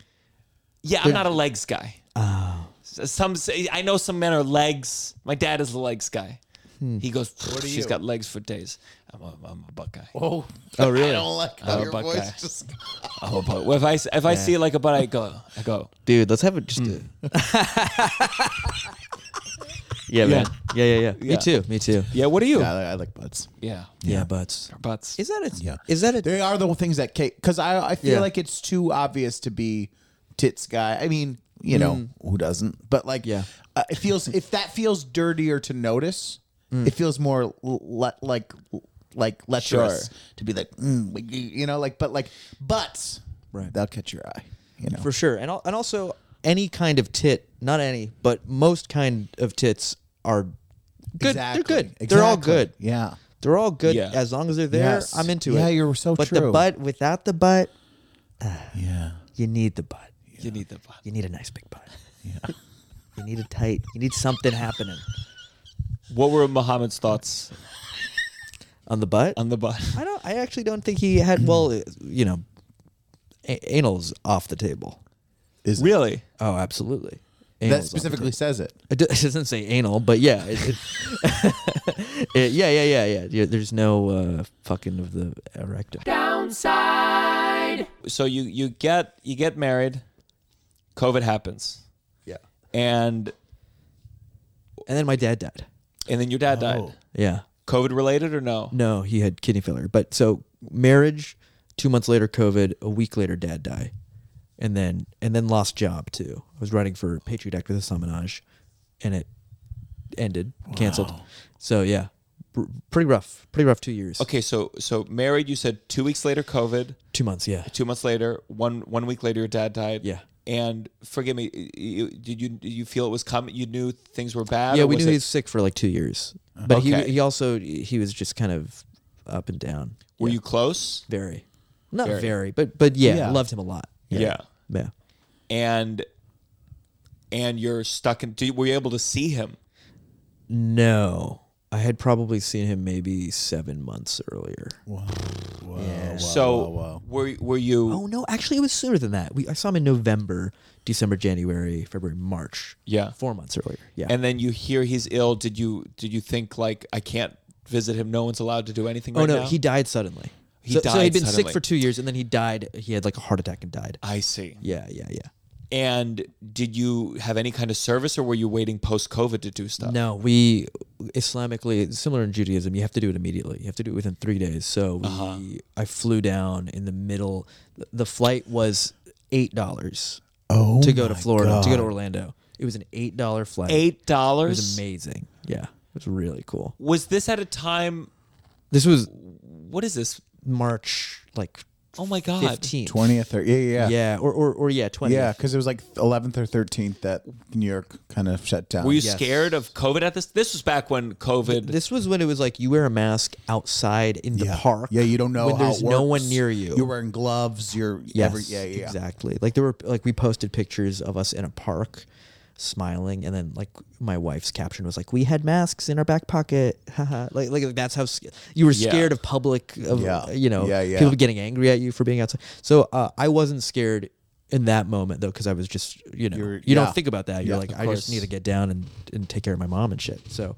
Yeah, I'm not a legs guy. Oh. Some say- I know some men are legs. My dad is a legs guy. He goes, she's got legs for days. I'm a, I'm a butt guy.
Oh,
Oh, really?
I don't like how
I'm a
your
butt
voice
guy.
just.
I'm a butt. If I s- if I see like a butt, I go, I go.
Dude, let's have a, just a. yeah, man. Yeah, yeah, yeah.
Yeah.
Me too. Me too.
Yeah, what are you?
Yeah,
Yeah,
I, I like butts.
Yeah, butts.
butts.
Is that a?
Yeah.
Is that a?
They are the things that Kate, because I, I feel
Yeah.
like it's too obvious to be tits guy. I mean, you know, who doesn't? But like,
Yeah.
uh, it feels, if that feels dirtier to notice, it feels more le- like, like lecherous to be like, mm, like, you you know, like, but like butts,
Right.
They'll catch your eye, you know.
for sure and al- and also any kind of tit not any but most kind of tits are good they're good they're all
Exactly.
good
Yeah.
they're all good
Yeah.
as long as they're there
Yes.
i'm into it
Yeah, you're so
but the
true.
butt without the butt
Yeah.
you need the butt
You need the butt.
you need a nice big butt you need a tight you need something happening
What were Muhammad's thoughts
on the butt
on the butt?
i don't i actually don't think he had well uh, you know a- anal's off the table
Is
Really?
oh absolutely
that
Anal's off the
specifically says it.
It do- it doesn't say anal, but yeah, it, it- it- yeah, yeah, yeah, yeah, yeah. There's no uh, fucking of the erectum.
Downside.
So you you get you get married, COVID happens,
Yeah.
and
And then my dad died.
and then your dad died.
Yeah.
COVID related or Oh. no?
No, he had kidney failure. But so marriage, two months later, COVID. A week later, dad died, and then and then lost job too. I was writing for Patriot Act with a Summonage, and it ended, canceled. So yeah, pr- pretty rough. Pretty rough two years.
Okay, so so married. You said two weeks later COVID.
Two months. Yeah.
Two months later, one one week later, your dad died.
Yeah.
And forgive me, y- y- did you did you feel it was coming? You knew things were bad.
yeah,
or
we
was
knew
it-
he was sick for like two years, but
Okay.
he he also he was just kind of up and down.
Were
Yeah.
you close?
very, not
Very.
very, but but yeah,
Yeah.
loved him a lot.
Yeah.
yeah.
And and you're stuck in. Do you, were you able to see him?
No, I had probably seen him maybe seven months earlier.
so were were you?
Oh no, actually, it was sooner than that. We I saw him in November, December, January, February, March.
Yeah.
four months earlier. Yeah,
and then you hear he's ill did you did you think like i can't visit him no one's allowed to do anything
oh
right
no,
now?
he died suddenly.
He
so, so
died
he'd been
suddenly. Ah.
sick for two years, and then he died. He had like a heart attack and died.
i see
Yeah, yeah, yeah.
and did you have any kind of service or were you waiting post-covid to do stuff
No, we Islamically similar in Judaism. You have to do it immediately. You have to do it within three days. So we,
Uh-huh.
I flew down in the middle. th- The flight was eight dollars
Oh,
to go to Florida to go to Orlando. It was an eight dollar flight.
eight
It was
dollars
amazing. Yeah, it was really cool.
was this at a time
This was
what is this
March like
oh my god
fifteenth,
twentieth or yeah, yeah, yeah,
Yeah, or or, or yeah, twenty.
yeah, because it was like eleventh or thirteenth that New York kind of shut down.
were you
Yes.
scared of covid at this this was back when covid
This was when it was like you wear a mask outside in the
yeah.
park.
Yeah, you don't know
when
how
there's
it
no
works.
one near you.
You're wearing gloves. You're
Yes,
every, yeah, yeah, yeah.
exactly. Like there were like we posted pictures of us in a park, smiling, and then like my wife's caption was like, "We had masks in our back pocket." Haha. like like that's how sc- you were
Yeah.
scared of public of
Yeah.
you know
Yeah, yeah.
people getting angry at you for being outside. So uh, I wasn't scared in that moment though because I was just you know
You're-
you
yeah.
don't think about that. You're
Yeah,
like
of
I
course.
just need to get down and and take care of my mom and shit. So.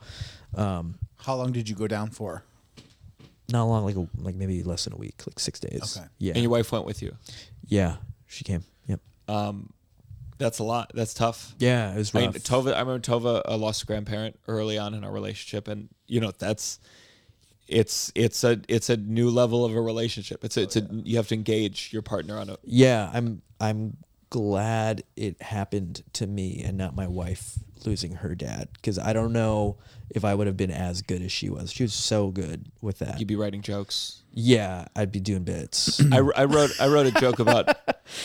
um
How long did you go down for?
not long, like a, like maybe less than a week, like six days.
Okay.
Yeah.
and your wife went with you
yeah. She came. Yep.
that's a lot that's tough
Yeah. It
I
was rough.
mean, Tova, I remember Tova uh, lost a grandparent early on in our relationship, and you know that's it's it's a it's a new level of a relationship. It's a, it's
Oh,
a you have to engage your partner on it.
yeah i'm i'm glad it happened to me and not my wife losing her dad because i don't know if i would have been as good as she was she was so good with that
You'd be writing jokes.
yeah i'd be doing bits
I, I wrote I wrote a joke about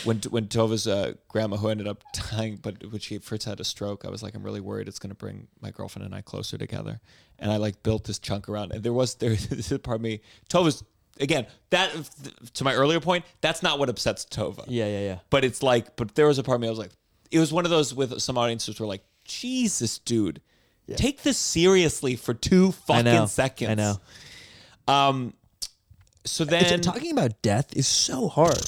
when when Tova's uh, grandma who ended up dying, but when she first had a stroke, I was like, I'm really worried it's going to bring my girlfriend and I closer together. And I like built this chunk around. And there was there pardon me, Tova's again that to my earlier point. That's not what upsets Tova.
yeah yeah yeah
But it's like, but there was a part of me I was like, it was one of those with some audiences were like, Jesus, dude, take this seriously for two fucking
know.
seconds.
I know.
Um, so then
It's- talking about death is so hard.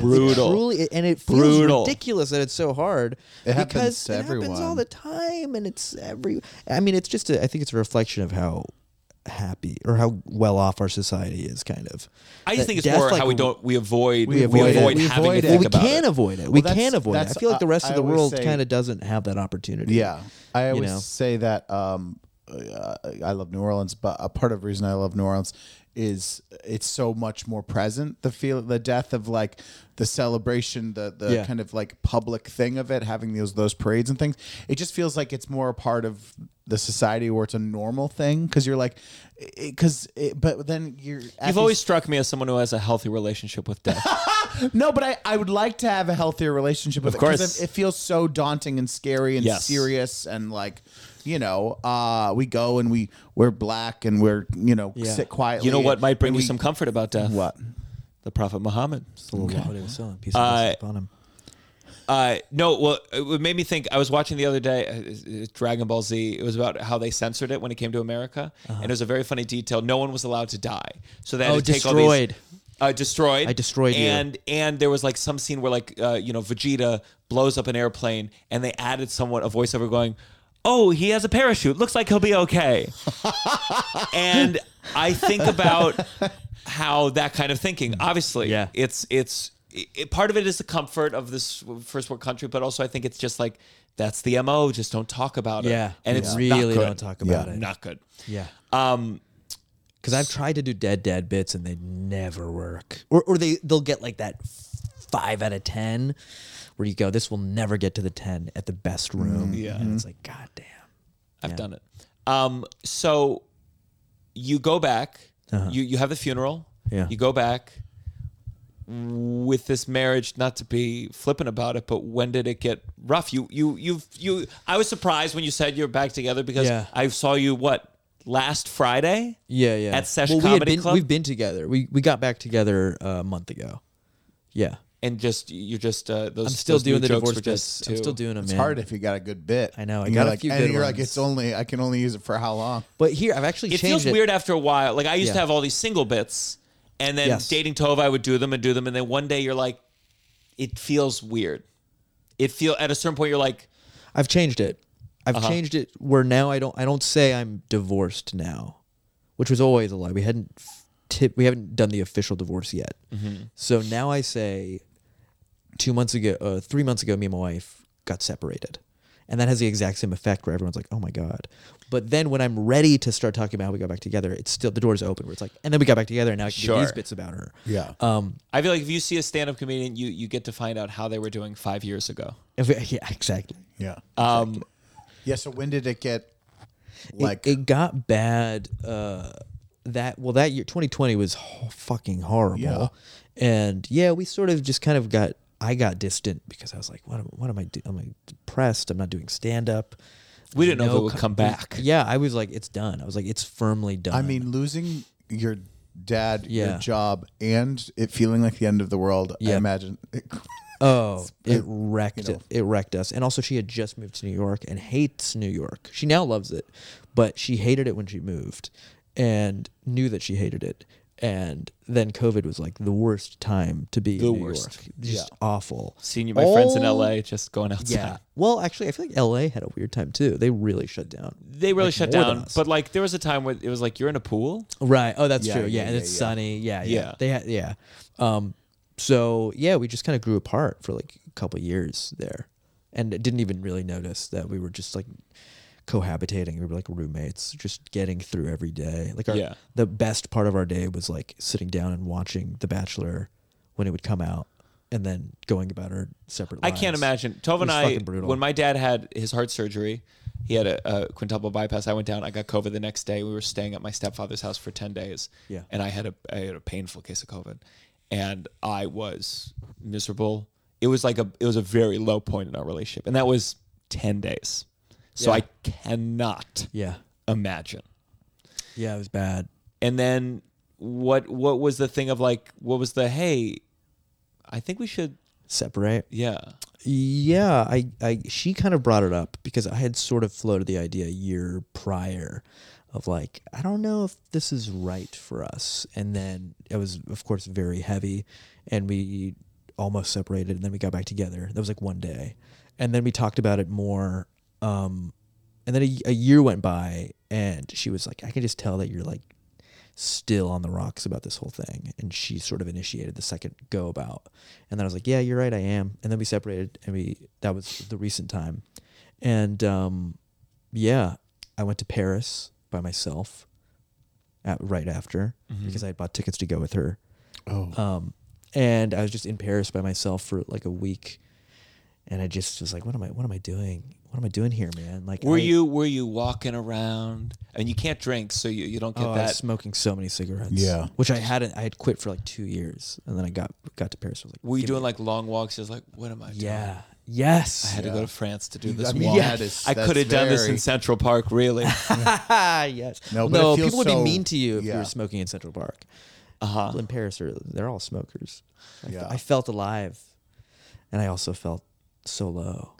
brutal.
Truly, and it feels
Brutal.
ridiculous that it's so hard
It happens
because
to
it happens all
everyone.
the time, and it's every. I mean, it's just. A, I think it's a reflection of how happy or how well off our society is, kind of.
I
That
just think it's
death,
more
like,
how we don't we avoid we,
avoid
avoid,
it. We
having
avoid
to
it.
think
Well, we
about
can
it.
avoid it. we
that's-
can avoid it. I
that's-
feel like the
I-
rest
I
of the
always
world
say-
kind of doesn't have that opportunity.
Yeah, I always
know.
say that. Um, uh, I love New Orleans, but a part of the reason I love New Orleans is it's so much more present. The feel, the death of like the celebration, the the
Yeah.
kind of like public thing of it, having those those parades and things. It just feels like it's more a part of the society where it's a normal thing because you're like, because but then you're at
You've
these-
always struck me as someone who has a healthy relationship with death.
no, but I, I would like to have a healthier relationship with
Of
it 'cause
course.
it, it feels so daunting and scary and
Yes.
serious and like, you know, uh, we go and we we're black and we're you know sit quietly.
you know what might bring
and
you
we-
some comfort about death?
What?
The Prophet Muhammad.
Peace and
Uh,
blessings upon him.
Uh, no, well, it what made me think. I was watching the other day uh, uh, Dragon Ball Z. It was about how they censored it when it came to America, and it was a very funny detail. No one was allowed to die, so they had
Uh-huh. Oh,
to take all these.
destroyed.
Uh, destroyed.
I destroyed you.
And and there was like some scene where like uh, you know Vegeta blows up an airplane, and they added somewhat a voiceover going, "Oh, he has a parachute. Looks like he'll be okay." and I think about how that kind of thinking. Obviously,
Yeah.
it's it's it, part of it is the comfort of this first world country, but also I think it's just like that's the mo. Just don't talk about it.
Yeah.
and
We
it's not
really
good.
don't talk about
Yeah.
it.
Not good.
Yeah.
Um,
Because I've tried to do dead dad bits and they never work, or or they they'll get like that five out of ten, where you go, this will never get to the ten at the best
Mm,
room. Yeah, and it's like God damn.
I've done it. Um, so you go back. You you have the funeral.
Uh-huh. Yeah.
You go back with this marriage. Not to be flippant about it, but when did it get rough? You you you you. I was surprised when you said you're back together because
Yeah.
I saw you what last Friday.
Yeah, yeah.
At Sesh
well, we had
Comedy
been,
Club?
We've been together. We we got back together uh, a month ago. Yeah,
And just you're just uh, those.
I'm still
those new
doing the
jokes
divorce
were just
bits. I'm
too-
still doing them.
It's
man.
hard if you got a good bit.
I know, I
And
got
you're
a
like,
few
and
good
you're like,
ones.
it's only I can only use it for how long?
But here, I've actually
It
changed
feels
it.
weird after a while. Like I used to
Yeah.
have all these single bits, and then
Yes.
dating Tove, I would do them and do them, and then one day you're like, it feels weird. It feel at a certain point you're like,
I've changed it. I've changed it where now I don't I don't say I'm divorced now, which was always a lie. We hadn't f- tip, we haven't done the official divorce yet. So now I say, two months ago, uh, three months ago, me and my wife got separated, and that has the exact same effect where everyone's like, oh my god. But then when I'm ready to start talking about how we got back together, it's still the door's open where it's like, and then we got back together, and now I can do
Sure.
these bits about her.
Yeah.
Um.
I feel like if you see a stand-up comedian, you you get to find out how they were doing five years ago.
if we- yeah. Exactly.
yeah.
Um,
yeah. So when did it get?
It-
Like
it, got bad uh that well that year 2020 was ho- fucking horrible
Yeah.
and yeah we sort of just kind of got i got distant because i was like what am, what am i doing i'm like, depressed i'm not doing stand up
we didn't know if it would come back.
yeah i was like it's done i was like it's firmly done
I mean, losing your dad,
Yeah.
your job, and it feeling like the end of the world. I
Yeah.
imagine.
oh
it-
it wrecked
you know.
it wrecked us and also she had just moved to new york and hates new york she now loves it but she hated it when she moved and knew that she hated it and then covid was like the worst time to be
The
in new
worst.
york just awful
Seeing you, my friends in
All-
L.A. just going outside.
Oh. yeah well actually i feel like la had a weird time too they really shut down
They really
Like,
shut
more than
down,
us.
but like there was a time where it was like you're in a pool.
Right. Oh, that's
Yeah,
true. Yeah,
yeah,
and
yeah,
it's
yeah.
sunny. Yeah, yeah.
Yeah.
They had yeah. Um so yeah, we just kind of grew apart for like a couple years there. And didn't even really notice that we were just like cohabitating. We were like roommates, just getting through every day. Like our
Yeah.
the best part of our day was like sitting down and watching The Bachelor when it would come out and then going about our separate
I
lives.
can't imagine. Tove
It
and I,
was fucking brutal.
when my dad had his heart surgery, he had a, a quintuple bypass. I went down. I got COVID the next day. We were staying at my stepfather's house for ten days.
Yeah.
and I had a I had a painful case of COVID, and I was miserable. It was like a it was a very low point in our relationship, and that was ten days. So I cannot
Yeah.
imagine.
Yeah, it was bad.
And then what what was the thing of like what was the hey, I think we should
separate.
Yeah.
Yeah, I, I she kind of brought it up because I had sort of floated the idea a year prior of like, I don't know if this is right for us. And then it was of course very heavy and we almost separated and then we got back together. That was like one day. And then we talked about it more um and then a, a year went by and she was like, I can just tell that you're like still on the rocks about this whole thing and she sort of initiated the second go about and then i was like yeah you're right i am and then we separated and we that was the recent time and um yeah i went to paris by myself at, right after
Mm-hmm.
because i had bought tickets to go with her
Oh.
um, and I was just in Paris by myself for like a week, and I just was like, "What am I? What am I doing? What am I doing here, man?" Like,
Were
I-
you were you walking around and you can't drink, so you, you don't get
Oh, I
that.
was smoking so many cigarettes.
Yeah.
which I hadn't. I had quit for like two years, and then I got got to Paris. I was like,
Were you
"Give me
doing like long walks? Just like, what am I doing?
Yeah. Yes.
I had to go to France to do this
I mean,
walk.
that is-
I could
that's
have done this in
very-
Central Park, really.
Ah, yes.
No,
No,
but it feels
people would
so-
be mean to you if you
yeah.
were smoking in Central Park.
Uh-huh.
People in Paris are they're all smokers. I, fe-
Yeah.
I felt alive, and I also felt so low,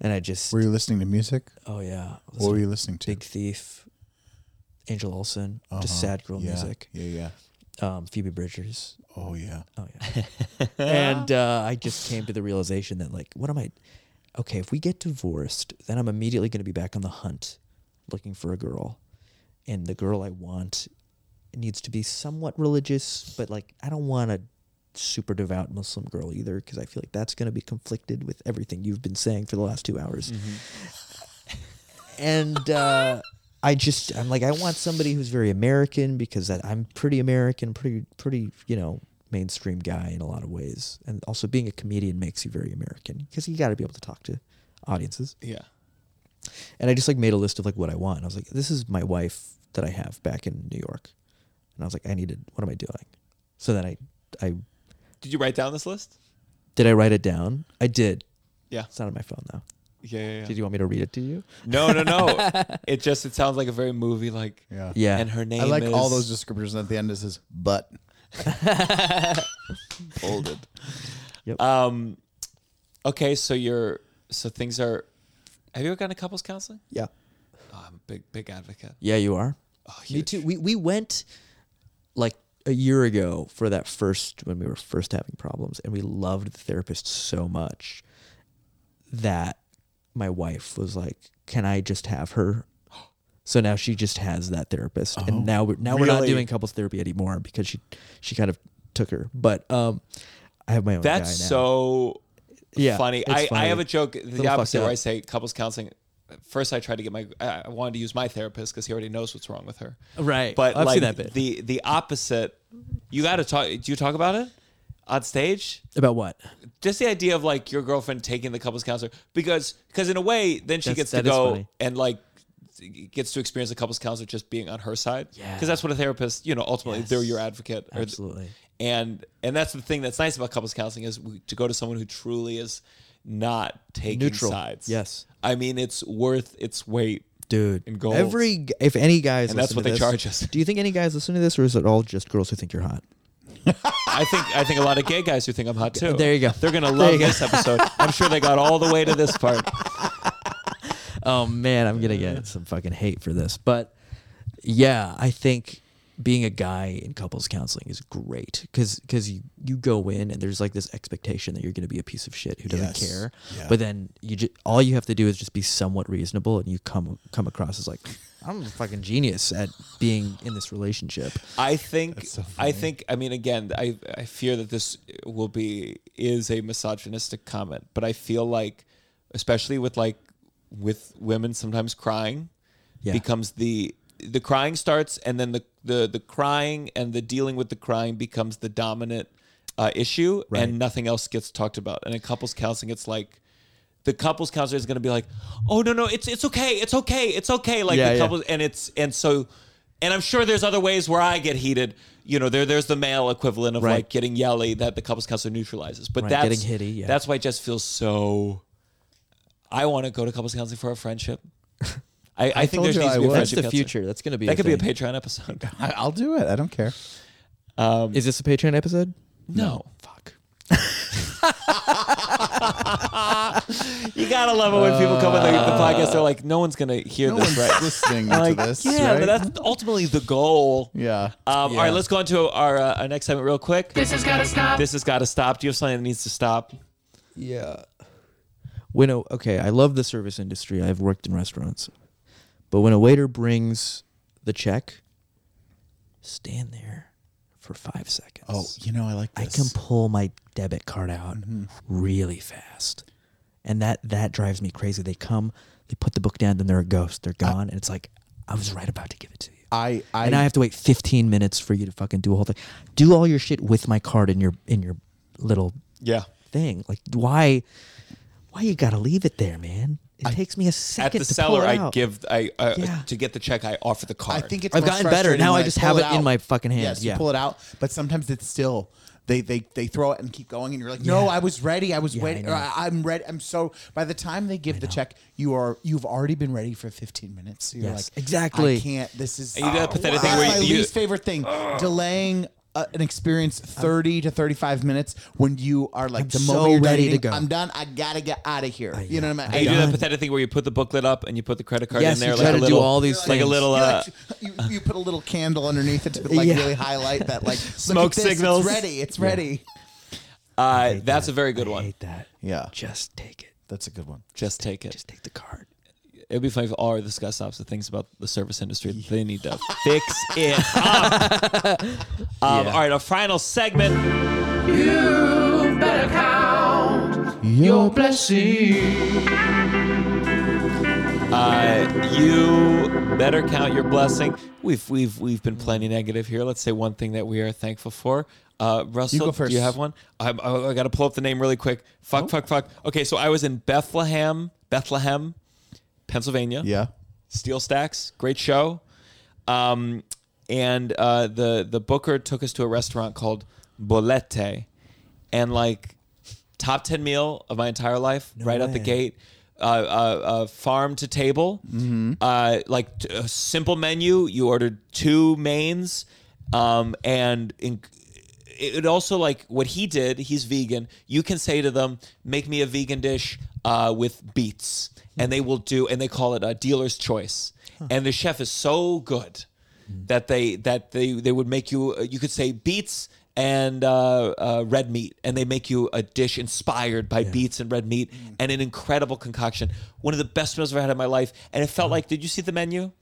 and I just
Were you listening to music?
oh yeah,
What were you listening to?
Big Thief, Angel Olsen, just sad girl
Uh-huh. yeah.
music,
Yeah, yeah.
um, Phoebe Bridgers.
Oh yeah.
Oh yeah, and uh, I just came to the realization that like, what am I? Okay, if we get divorced, then I'm immediately going to be back on the hunt, looking for a girl, and the girl I want needs to be somewhat religious, but like I don't want a super devout Muslim girl either because I feel like that's going to be conflicted with everything you've been saying for the last two hours and uh, I just I'm like I want somebody who's very American because that I'm pretty American, pretty pretty you know mainstream guy in a lot of ways, and also being a comedian makes you very American because you got to be able to talk to audiences.
Yeah.
And I just like made a list of like what I want. And I was like, this is my wife that I have back in New York, and I was like, I need to. What am I doing? So then I I
Did you write down this list?
did I write it down. I did.
Yeah.
It's not on my phone though.
Yeah, yeah,
Did you want me to read it to you?
No, no, no. it just it sounds like a very movie like
Yeah.
Yeah.
and her name
I like
is
all those descriptors and at the end it says but.
folded.
Yep.
Um okay, so you're so things are have you ever gone to couples counseling?
Yeah.
Oh, I'm a big big advocate. Oh,
Yeah, you are. Me
huge.
too. We we went like a year ago for that first when we were first having problems, and we loved the therapist so much that my wife was like, "Can I just have her?" So now she just has that therapist, and now we're now we're
Oh,
not
really?
doing couples therapy anymore because she she kind of took her. But um, I have my own.
That's
guy now.
so
Yeah,
funny.
it's
I, I
funny.
have a joke
Little
the
fucked
opposite where
up.
I say couples counseling. First, I tried to get my. I I wanted to use my therapist because he already knows what's wrong with her.
Right.
But
I've
like
seen that bit.
the the opposite, you got to talk. Do you talk about it on stage?
about what
Just the idea of like your girlfriend taking the couples counselor because because in a way then she
That's-
gets to
that is
go
funny.
and like gets to experience the couples counselor just being on her side because that's what a therapist you know ultimately they're your advocate or th-
absolutely.
and and that's the thing that's nice about couples counseling is we, to go to someone who truly is not taking
Neutral.
sides.
Yes.
I mean it's worth its weight.
dude.
and goals.
Every g- if any guys,
And that's
listen
what
to
they
this-
charge us.
Do you think any guys listen to this, or is it all just girls who think you're hot?
I think I think a lot of gay guys who think I'm hot too.
There you go.
They're gonna
There
love
you go.
this episode. I'm sure they got all the way to this part.
Oh man, I'm gonna get some fucking hate for this, but yeah, I think being a guy in couples counseling is great because you, you go in and there's like this expectation that you're going to be a piece of shit who doesn't
Yes.
care
Yeah.
but then you just all you have to do is just be somewhat reasonable and you come come across as like i'm a fucking genius at being in this relationship
I think I think I mean again I I fear that this will be is a misogynistic comment, but I feel like especially with like with women sometimes crying
Yeah.
becomes the the crying starts and then the the the crying and the dealing with the crying becomes the dominant uh, issue
Right.
and nothing else gets talked about. And in couples counseling it's like the couples counselor is going to be like, "Oh no, no, it's it's okay, it's okay, it's okay." Like
Yeah,
the
yeah.
couples, and it's and so, and I'm sure there's other ways where I get heated. You know, there there's the male equivalent of
Right.
like getting yelly that the couples counselor neutralizes. But
Right,
that's
getting hitty, yeah.
That's why it just feels so. I want to go to couples counseling for a friendship. I, I, think
told
there's
you
needs
I
to be
would.
a
that's
friendship
the
counselor.
future that's going to be
That could be a
thing.
Patreon episode.
I, I'll do it. I don't care.
is this a patreon episode
No, fuck. You gotta love it when people
Uh,
come on the, the podcast. They're like, no one's gonna hear
Uh, No
this,
one's
right?
listening
I'm
to
like,
this.
yeah,
right?
but that's ultimately the goal.
yeah.
Um, All right, let's go on to our, uh, our next segment real quick.
This has gotta stop.
This has got to stop. Do you have something that needs to stop?
Yeah. When a, okay, I love the service industry. I've worked in restaurants. But when a waiter brings the check, stand there for 5 seconds.
oh, Mm-hmm. you know, I like
I
this.
can pull my debit card out really fast. And that that drives me crazy. They come, they put the book down, then they're a ghost. They're gone, and it's like I was right about to give it to you.
I, I,
and I have to wait 15 minutes for you to fucking do a whole thing. Do all your shit with my card in your in your little
yeah.
thing. Like why why you gotta leave it there, man? It takes me a
At
second.
the
to
seller,
pull it
I
out.
give I uh,
Yeah.
to get the check. I offer the
I
card.
think it's
I've
more
gotten better.
frustrating
Now
when
I just
pull
have
it
it in
out.
my fucking hand.
Yes,
Yeah.
you pull it out, but sometimes it's still they they they throw it and keep going, and you're like, no, I was ready, I was
Yeah, I
waiting,
know.
or I I'm ready, I'm so. By the time they give the check, you are you've already been ready for 15 minutes. So you're
Yes,
like,
exactly.
I can't. This is Oh,
And you do that pathetic
That's
thing where
my
you-
least favorite thing, delaying. Uh, an experience 30 to 35 minutes when you are like
I'm
the
so
moment you're done
ready to
eating,
go.
I'm done. I gotta get out of here. you know what I mean?
And you do
I'm
that pathetic thing where you put the booklet up and you put the credit card
Yes,
in there.
you
like
try
a
to do
little,
all these
like a
things.
little. Uh,
you, like, you, you put a little candle underneath it to like
Yeah.
really highlight that like
Smoke
look at this,
signals.
It's ready. It's ready.
uh, that's a very good
I
one.
hate that.
Yeah.
Just take it.
That's a good one.
Just take it.
Just take the card.
It'd be funny if all this guy stops the things about the service industry. that They need to fix it up. um, All right, our final segment.
You better count your blessings.
Uh, you better count your blessing. We've we've we've been plenty negative here. Let's say one thing that we are thankful for. Uh, Russell,
go
do you
first. Oh.
have one? I, I, got to pull up the name really quick. Fuck, fuck, fuck. Okay, so I was in Bethlehem, Bethlehem, Pennsylvania.
Yeah.
Steel Stacks, great show. Um, and uh, the the booker took us to a restaurant called Bolete, and like top ten meal of my entire life, right out the
way.
gate. Uh, uh, uh, farm to table, uh, like t- a simple menu. You ordered two mains, um, and in, it it also like what he did. He's vegan. You can say to them, "Make me a vegan dish uh, with beets," and they will do. And they call it a dealer's choice. And the chef is so good that they that they they would make you. uh, You could say beets and uh, uh, red meat, and they make you a dish inspired by beets and red meat, and an incredible concoction. One of the best meals I've ever had in my life. And it felt like, did you see the menu?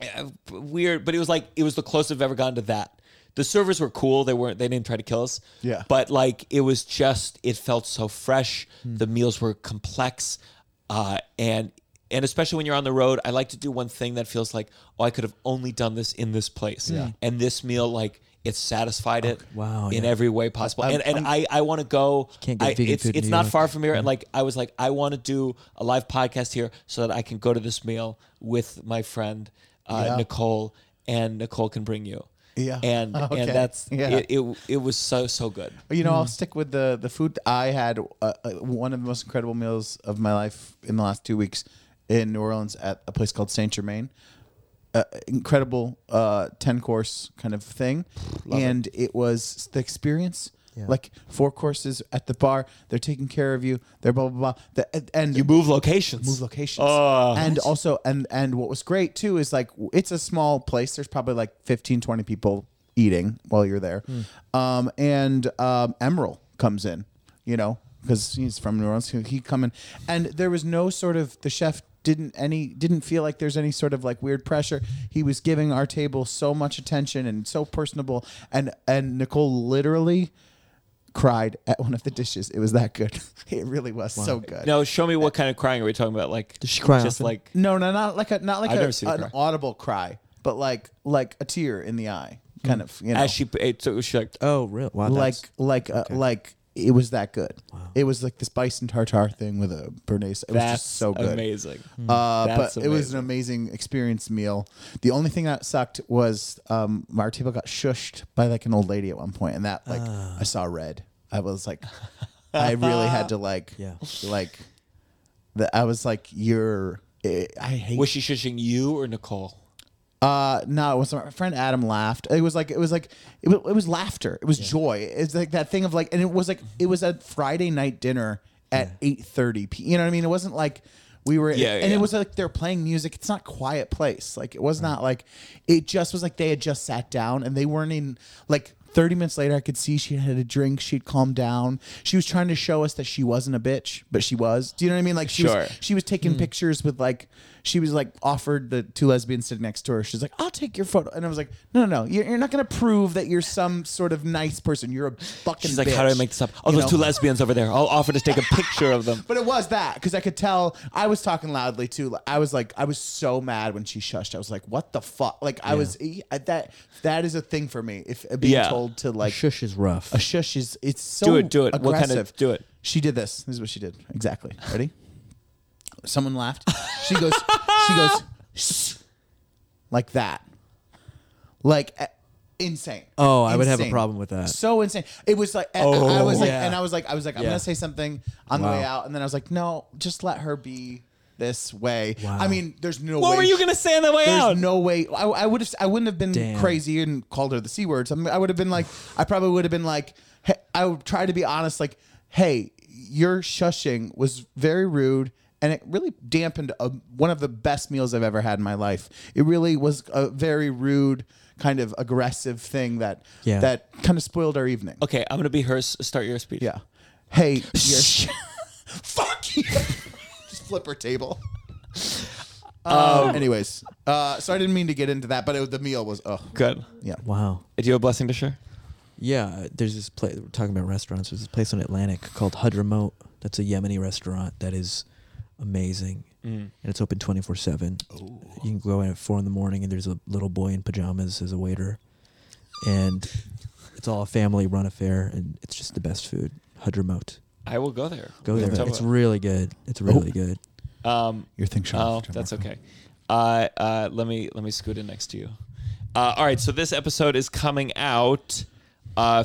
uh, weird, but it was like it was the closest I've ever gotten to that. The servers were cool; they weren't, they didn't try to kill us.
Yeah.
but like it was just, it felt so fresh. The meals were complex, uh, and and especially when you're on the road, I like to do one thing that feels like, oh, I could have only done this in this place. Yeah. and this meal like it satisfied it.
Wow,
in
yeah.
every way possible. and and i I want to go.
Can't get
I-
vegan
it's
food in
it's
New
not
York.
far from here, and like I was like, I want to do a live podcast here so that I can go to this meal with my friend uh, Nicole, and Nicole can bring you.
Yeah.
and
Okay.
and that's
Yeah.
it, it. It was so so good.
Oh, You know,
Mm.
I'll stick with the the food. I had uh, uh, one of the most incredible meals of my life in the last two weeks in New Orleans at a place called Saint Germain. Uh, incredible uh, ten course kind of thing, and it. was the experience. Like four courses at the bar, they're taking care of you. They're blah blah blah. The, and
You move locations.
move locations. and also, and and what was great too is like w- it's a small place. There's probably like 15, 20 people eating while you're there. Um, and um, Emerald comes in, you know, because he's from New Orleans. He he'd come in, and there was no sort of the chef didn't any didn't feel like there's any sort of like weird pressure. He was giving our table so much attention and so personable. And and Nicole literally cried at one of the dishes. It was that good. it really was so good.
Now show me what kind of crying are we talking about? Like
Does she cry
Just
often?
like
No, no, not like a not like
I've
a,
never seen her
an
cry.
audible cry, but like like a tear in the eye, kind of. You know,
Mm. as she it, so she like
Oh, really? Wow.
like
that's-
like uh, like it was that good. It was like the spice and tartar thing with a bernaise. It was
that's
just so good.
amazing.
Uh,
That's
but it was an amazing experience meal. The only thing that sucked was um, our table got shushed by like an old lady at one point, and that like
Ah.
I saw red. I was like, I really had to like,
Yeah.
like, the, I was like, you're. I hate
Was she shushing you or Nicole?
Uh, no, it was my friend Adam laughed. It was like it was like it, wa- it was laughter. It was joy. It's like that thing of like, and it was like it was a Friday night dinner at eight thirty p. You know what I mean? It wasn't like we were,
Yeah,
and
yeah.
it was like they're playing music. It's not quiet place. Like it was not like it just was like they had just sat down and they weren't in like. 30 minutes later, I could see she had a drink. She'd calmed down. She was trying to show us that she wasn't a bitch, but she was. Do you know what I mean? Like, she
Sure.
was, she was
Hmm.
taking pictures with like she was like offered the two lesbians sitting next to her. She's like, "I'll take your photo," and I was like, "No, no, no! You're, you're not gonna prove that you're some sort of nice person. You're a fucking."
She's like, how do I
bitch."
make this up? Oh,
You
those
know?
two lesbians over there. I'll offer to take a picture of them.
But it was that because I could tell I was talking loudly too. I was like, I was so mad when she shushed. I was like, "What the fuck!" Like I was eh, I, that. That is a thing for me. If being
Yeah.
told to like
Shush is rough.
a shush is it's so
Do it, do it.
Aggressive.
What kind of- do it.
She did this. This is what she did exactly. Ready? Someone laughed. She goes. she goes "Shh," like that. Like eh, insane.
Oh, I would have a
Insane.
problem with that.
So insane. It was like and I was like,
Yeah.
and I was like, I was like, I'm
Yeah.
gonna say something on the way out, and then I was like, no, just let her be this way. I mean, there's no.
What
way
were you
she-
gonna say on the way
there's
out?
no way. I, I would have. I wouldn't have been crazy and called her the c word. Something. I would have been like. I probably would have been like. Hey, I would try to be honest. Like, hey, your shushing was very rude, and it really dampened a, one of the best meals I've ever had in my life. It really was a very rude, kind of aggressive thing that
Yeah.
that kind of spoiled our evening.
okay, I'm gonna be her. s- Start your speech.
Yeah. Hey, your sh- fuck you. Just flip her table. Um, anyways, uh, so I didn't mean to get into that, but it, the meal was oh
Good.
yeah.
Wow.
Do you have a blessing to share?
Yeah, there's this place. We're talking about restaurants. There's this place on Atlantic called Hadramaut. That's a Yemeni restaurant that is amazing,
Mm-hmm.
and it's open 24 seven.
Oh.
You can go in at four in the morning, and there's a little boy in pajamas as a waiter, and it's all a family run affair, and it's just the best food. Hadramaut.
I will go there.
Go
We
there.
can talk
It's
about Oh.
really good. It's really good.
it. um,
Your thing shot.
Oh, that's okay. Uh, uh, let me let me scoot in next to you. Uh, all right, so this episode is coming out uh,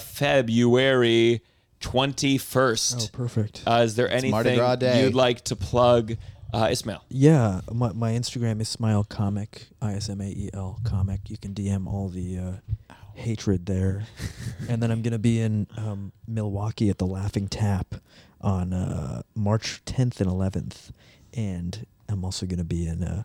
February twenty first.
Perfect.
Uh, is there anything
Mardi Gras Day.
you'd like to plug, uh, Ismail?
Yeah, my, my Instagram is smile comic, I S M A E L comic. You can DM all the uh, hatred there, and then I'm gonna be in um, Milwaukee at the Laughing Tap on uh, March 10th and 11th, and I'm also gonna be in uh,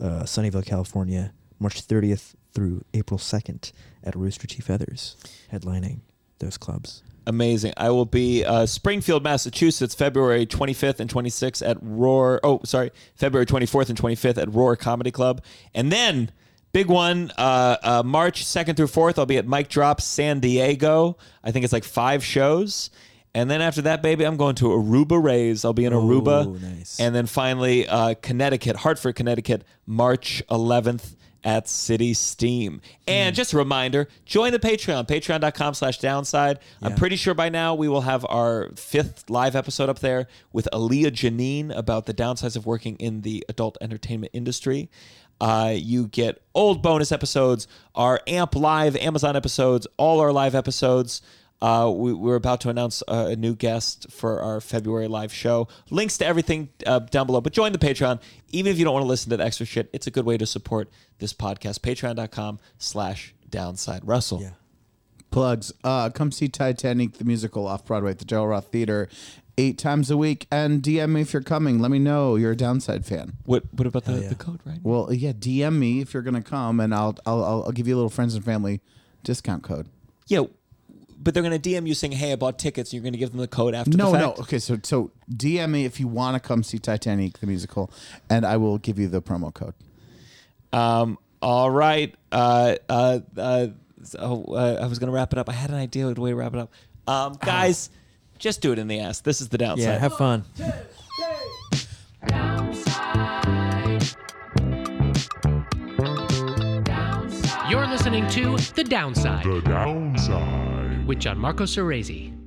uh, Sunnyvale, California, March 30th through April 2nd at Rooster Tea Feathers, headlining those clubs.
Amazing. I will be uh, Springfield, Massachusetts, February 25th and 26th at Roar. Oh, sorry, February 24th and 25th at Roar Comedy Club. And then, big one, uh, uh, March 2nd through 4th, I'll be at Mike Drop San Diego. I think it's like five shows. And then after that, baby, I'm going to Aruba Rays. I'll be in Aruba.
nice.
And then finally, uh, Connecticut, Hartford, Connecticut, March 11th at City Steam. And just a reminder, join the Patreon, patreon.com slash downside. I'm pretty sure by now we will have our fifth live episode up there with Aaliyah Janine about the downsides of working in the adult entertainment industry. Uh, you get old bonus episodes, our AMP Live Amazon episodes, all our live episodes. Uh, we, we're about to announce uh, a new guest for our February live show. Links to everything uh, down below. But join the Patreon. Even if you don't want to listen to the extra shit, it's a good way to support this podcast. Patreon.com slash downside Russell.
Yeah.
Plugs. Uh, come see Titanic the musical off Broadway at the Joel Roth Theater, eight times a week. And DM me if you're coming. Let me know you're a downside fan.
What, what about the, the code, right?
Well, yeah, DM me if you're gonna come, and I'll I'll I'll, I'll give you a little friends and family discount code.
Yeah. But they're going to DM you saying, hey, I bought tickets. And you're going to give them the code after
No,
the
no.
fact.
Okay, so so DM me if you want to come see Titanic the musical, and I will give you the promo code.
Um, all right. Uh, uh, uh, so, uh, I was going to wrap it up. I had an idea of a way to wrap it up. Um, guys, just do it in the ass. This is the downside.
Uh-huh. Yeah, have fun.
You're listening to The Downside
The downside.
with Gianmarco Cerezi.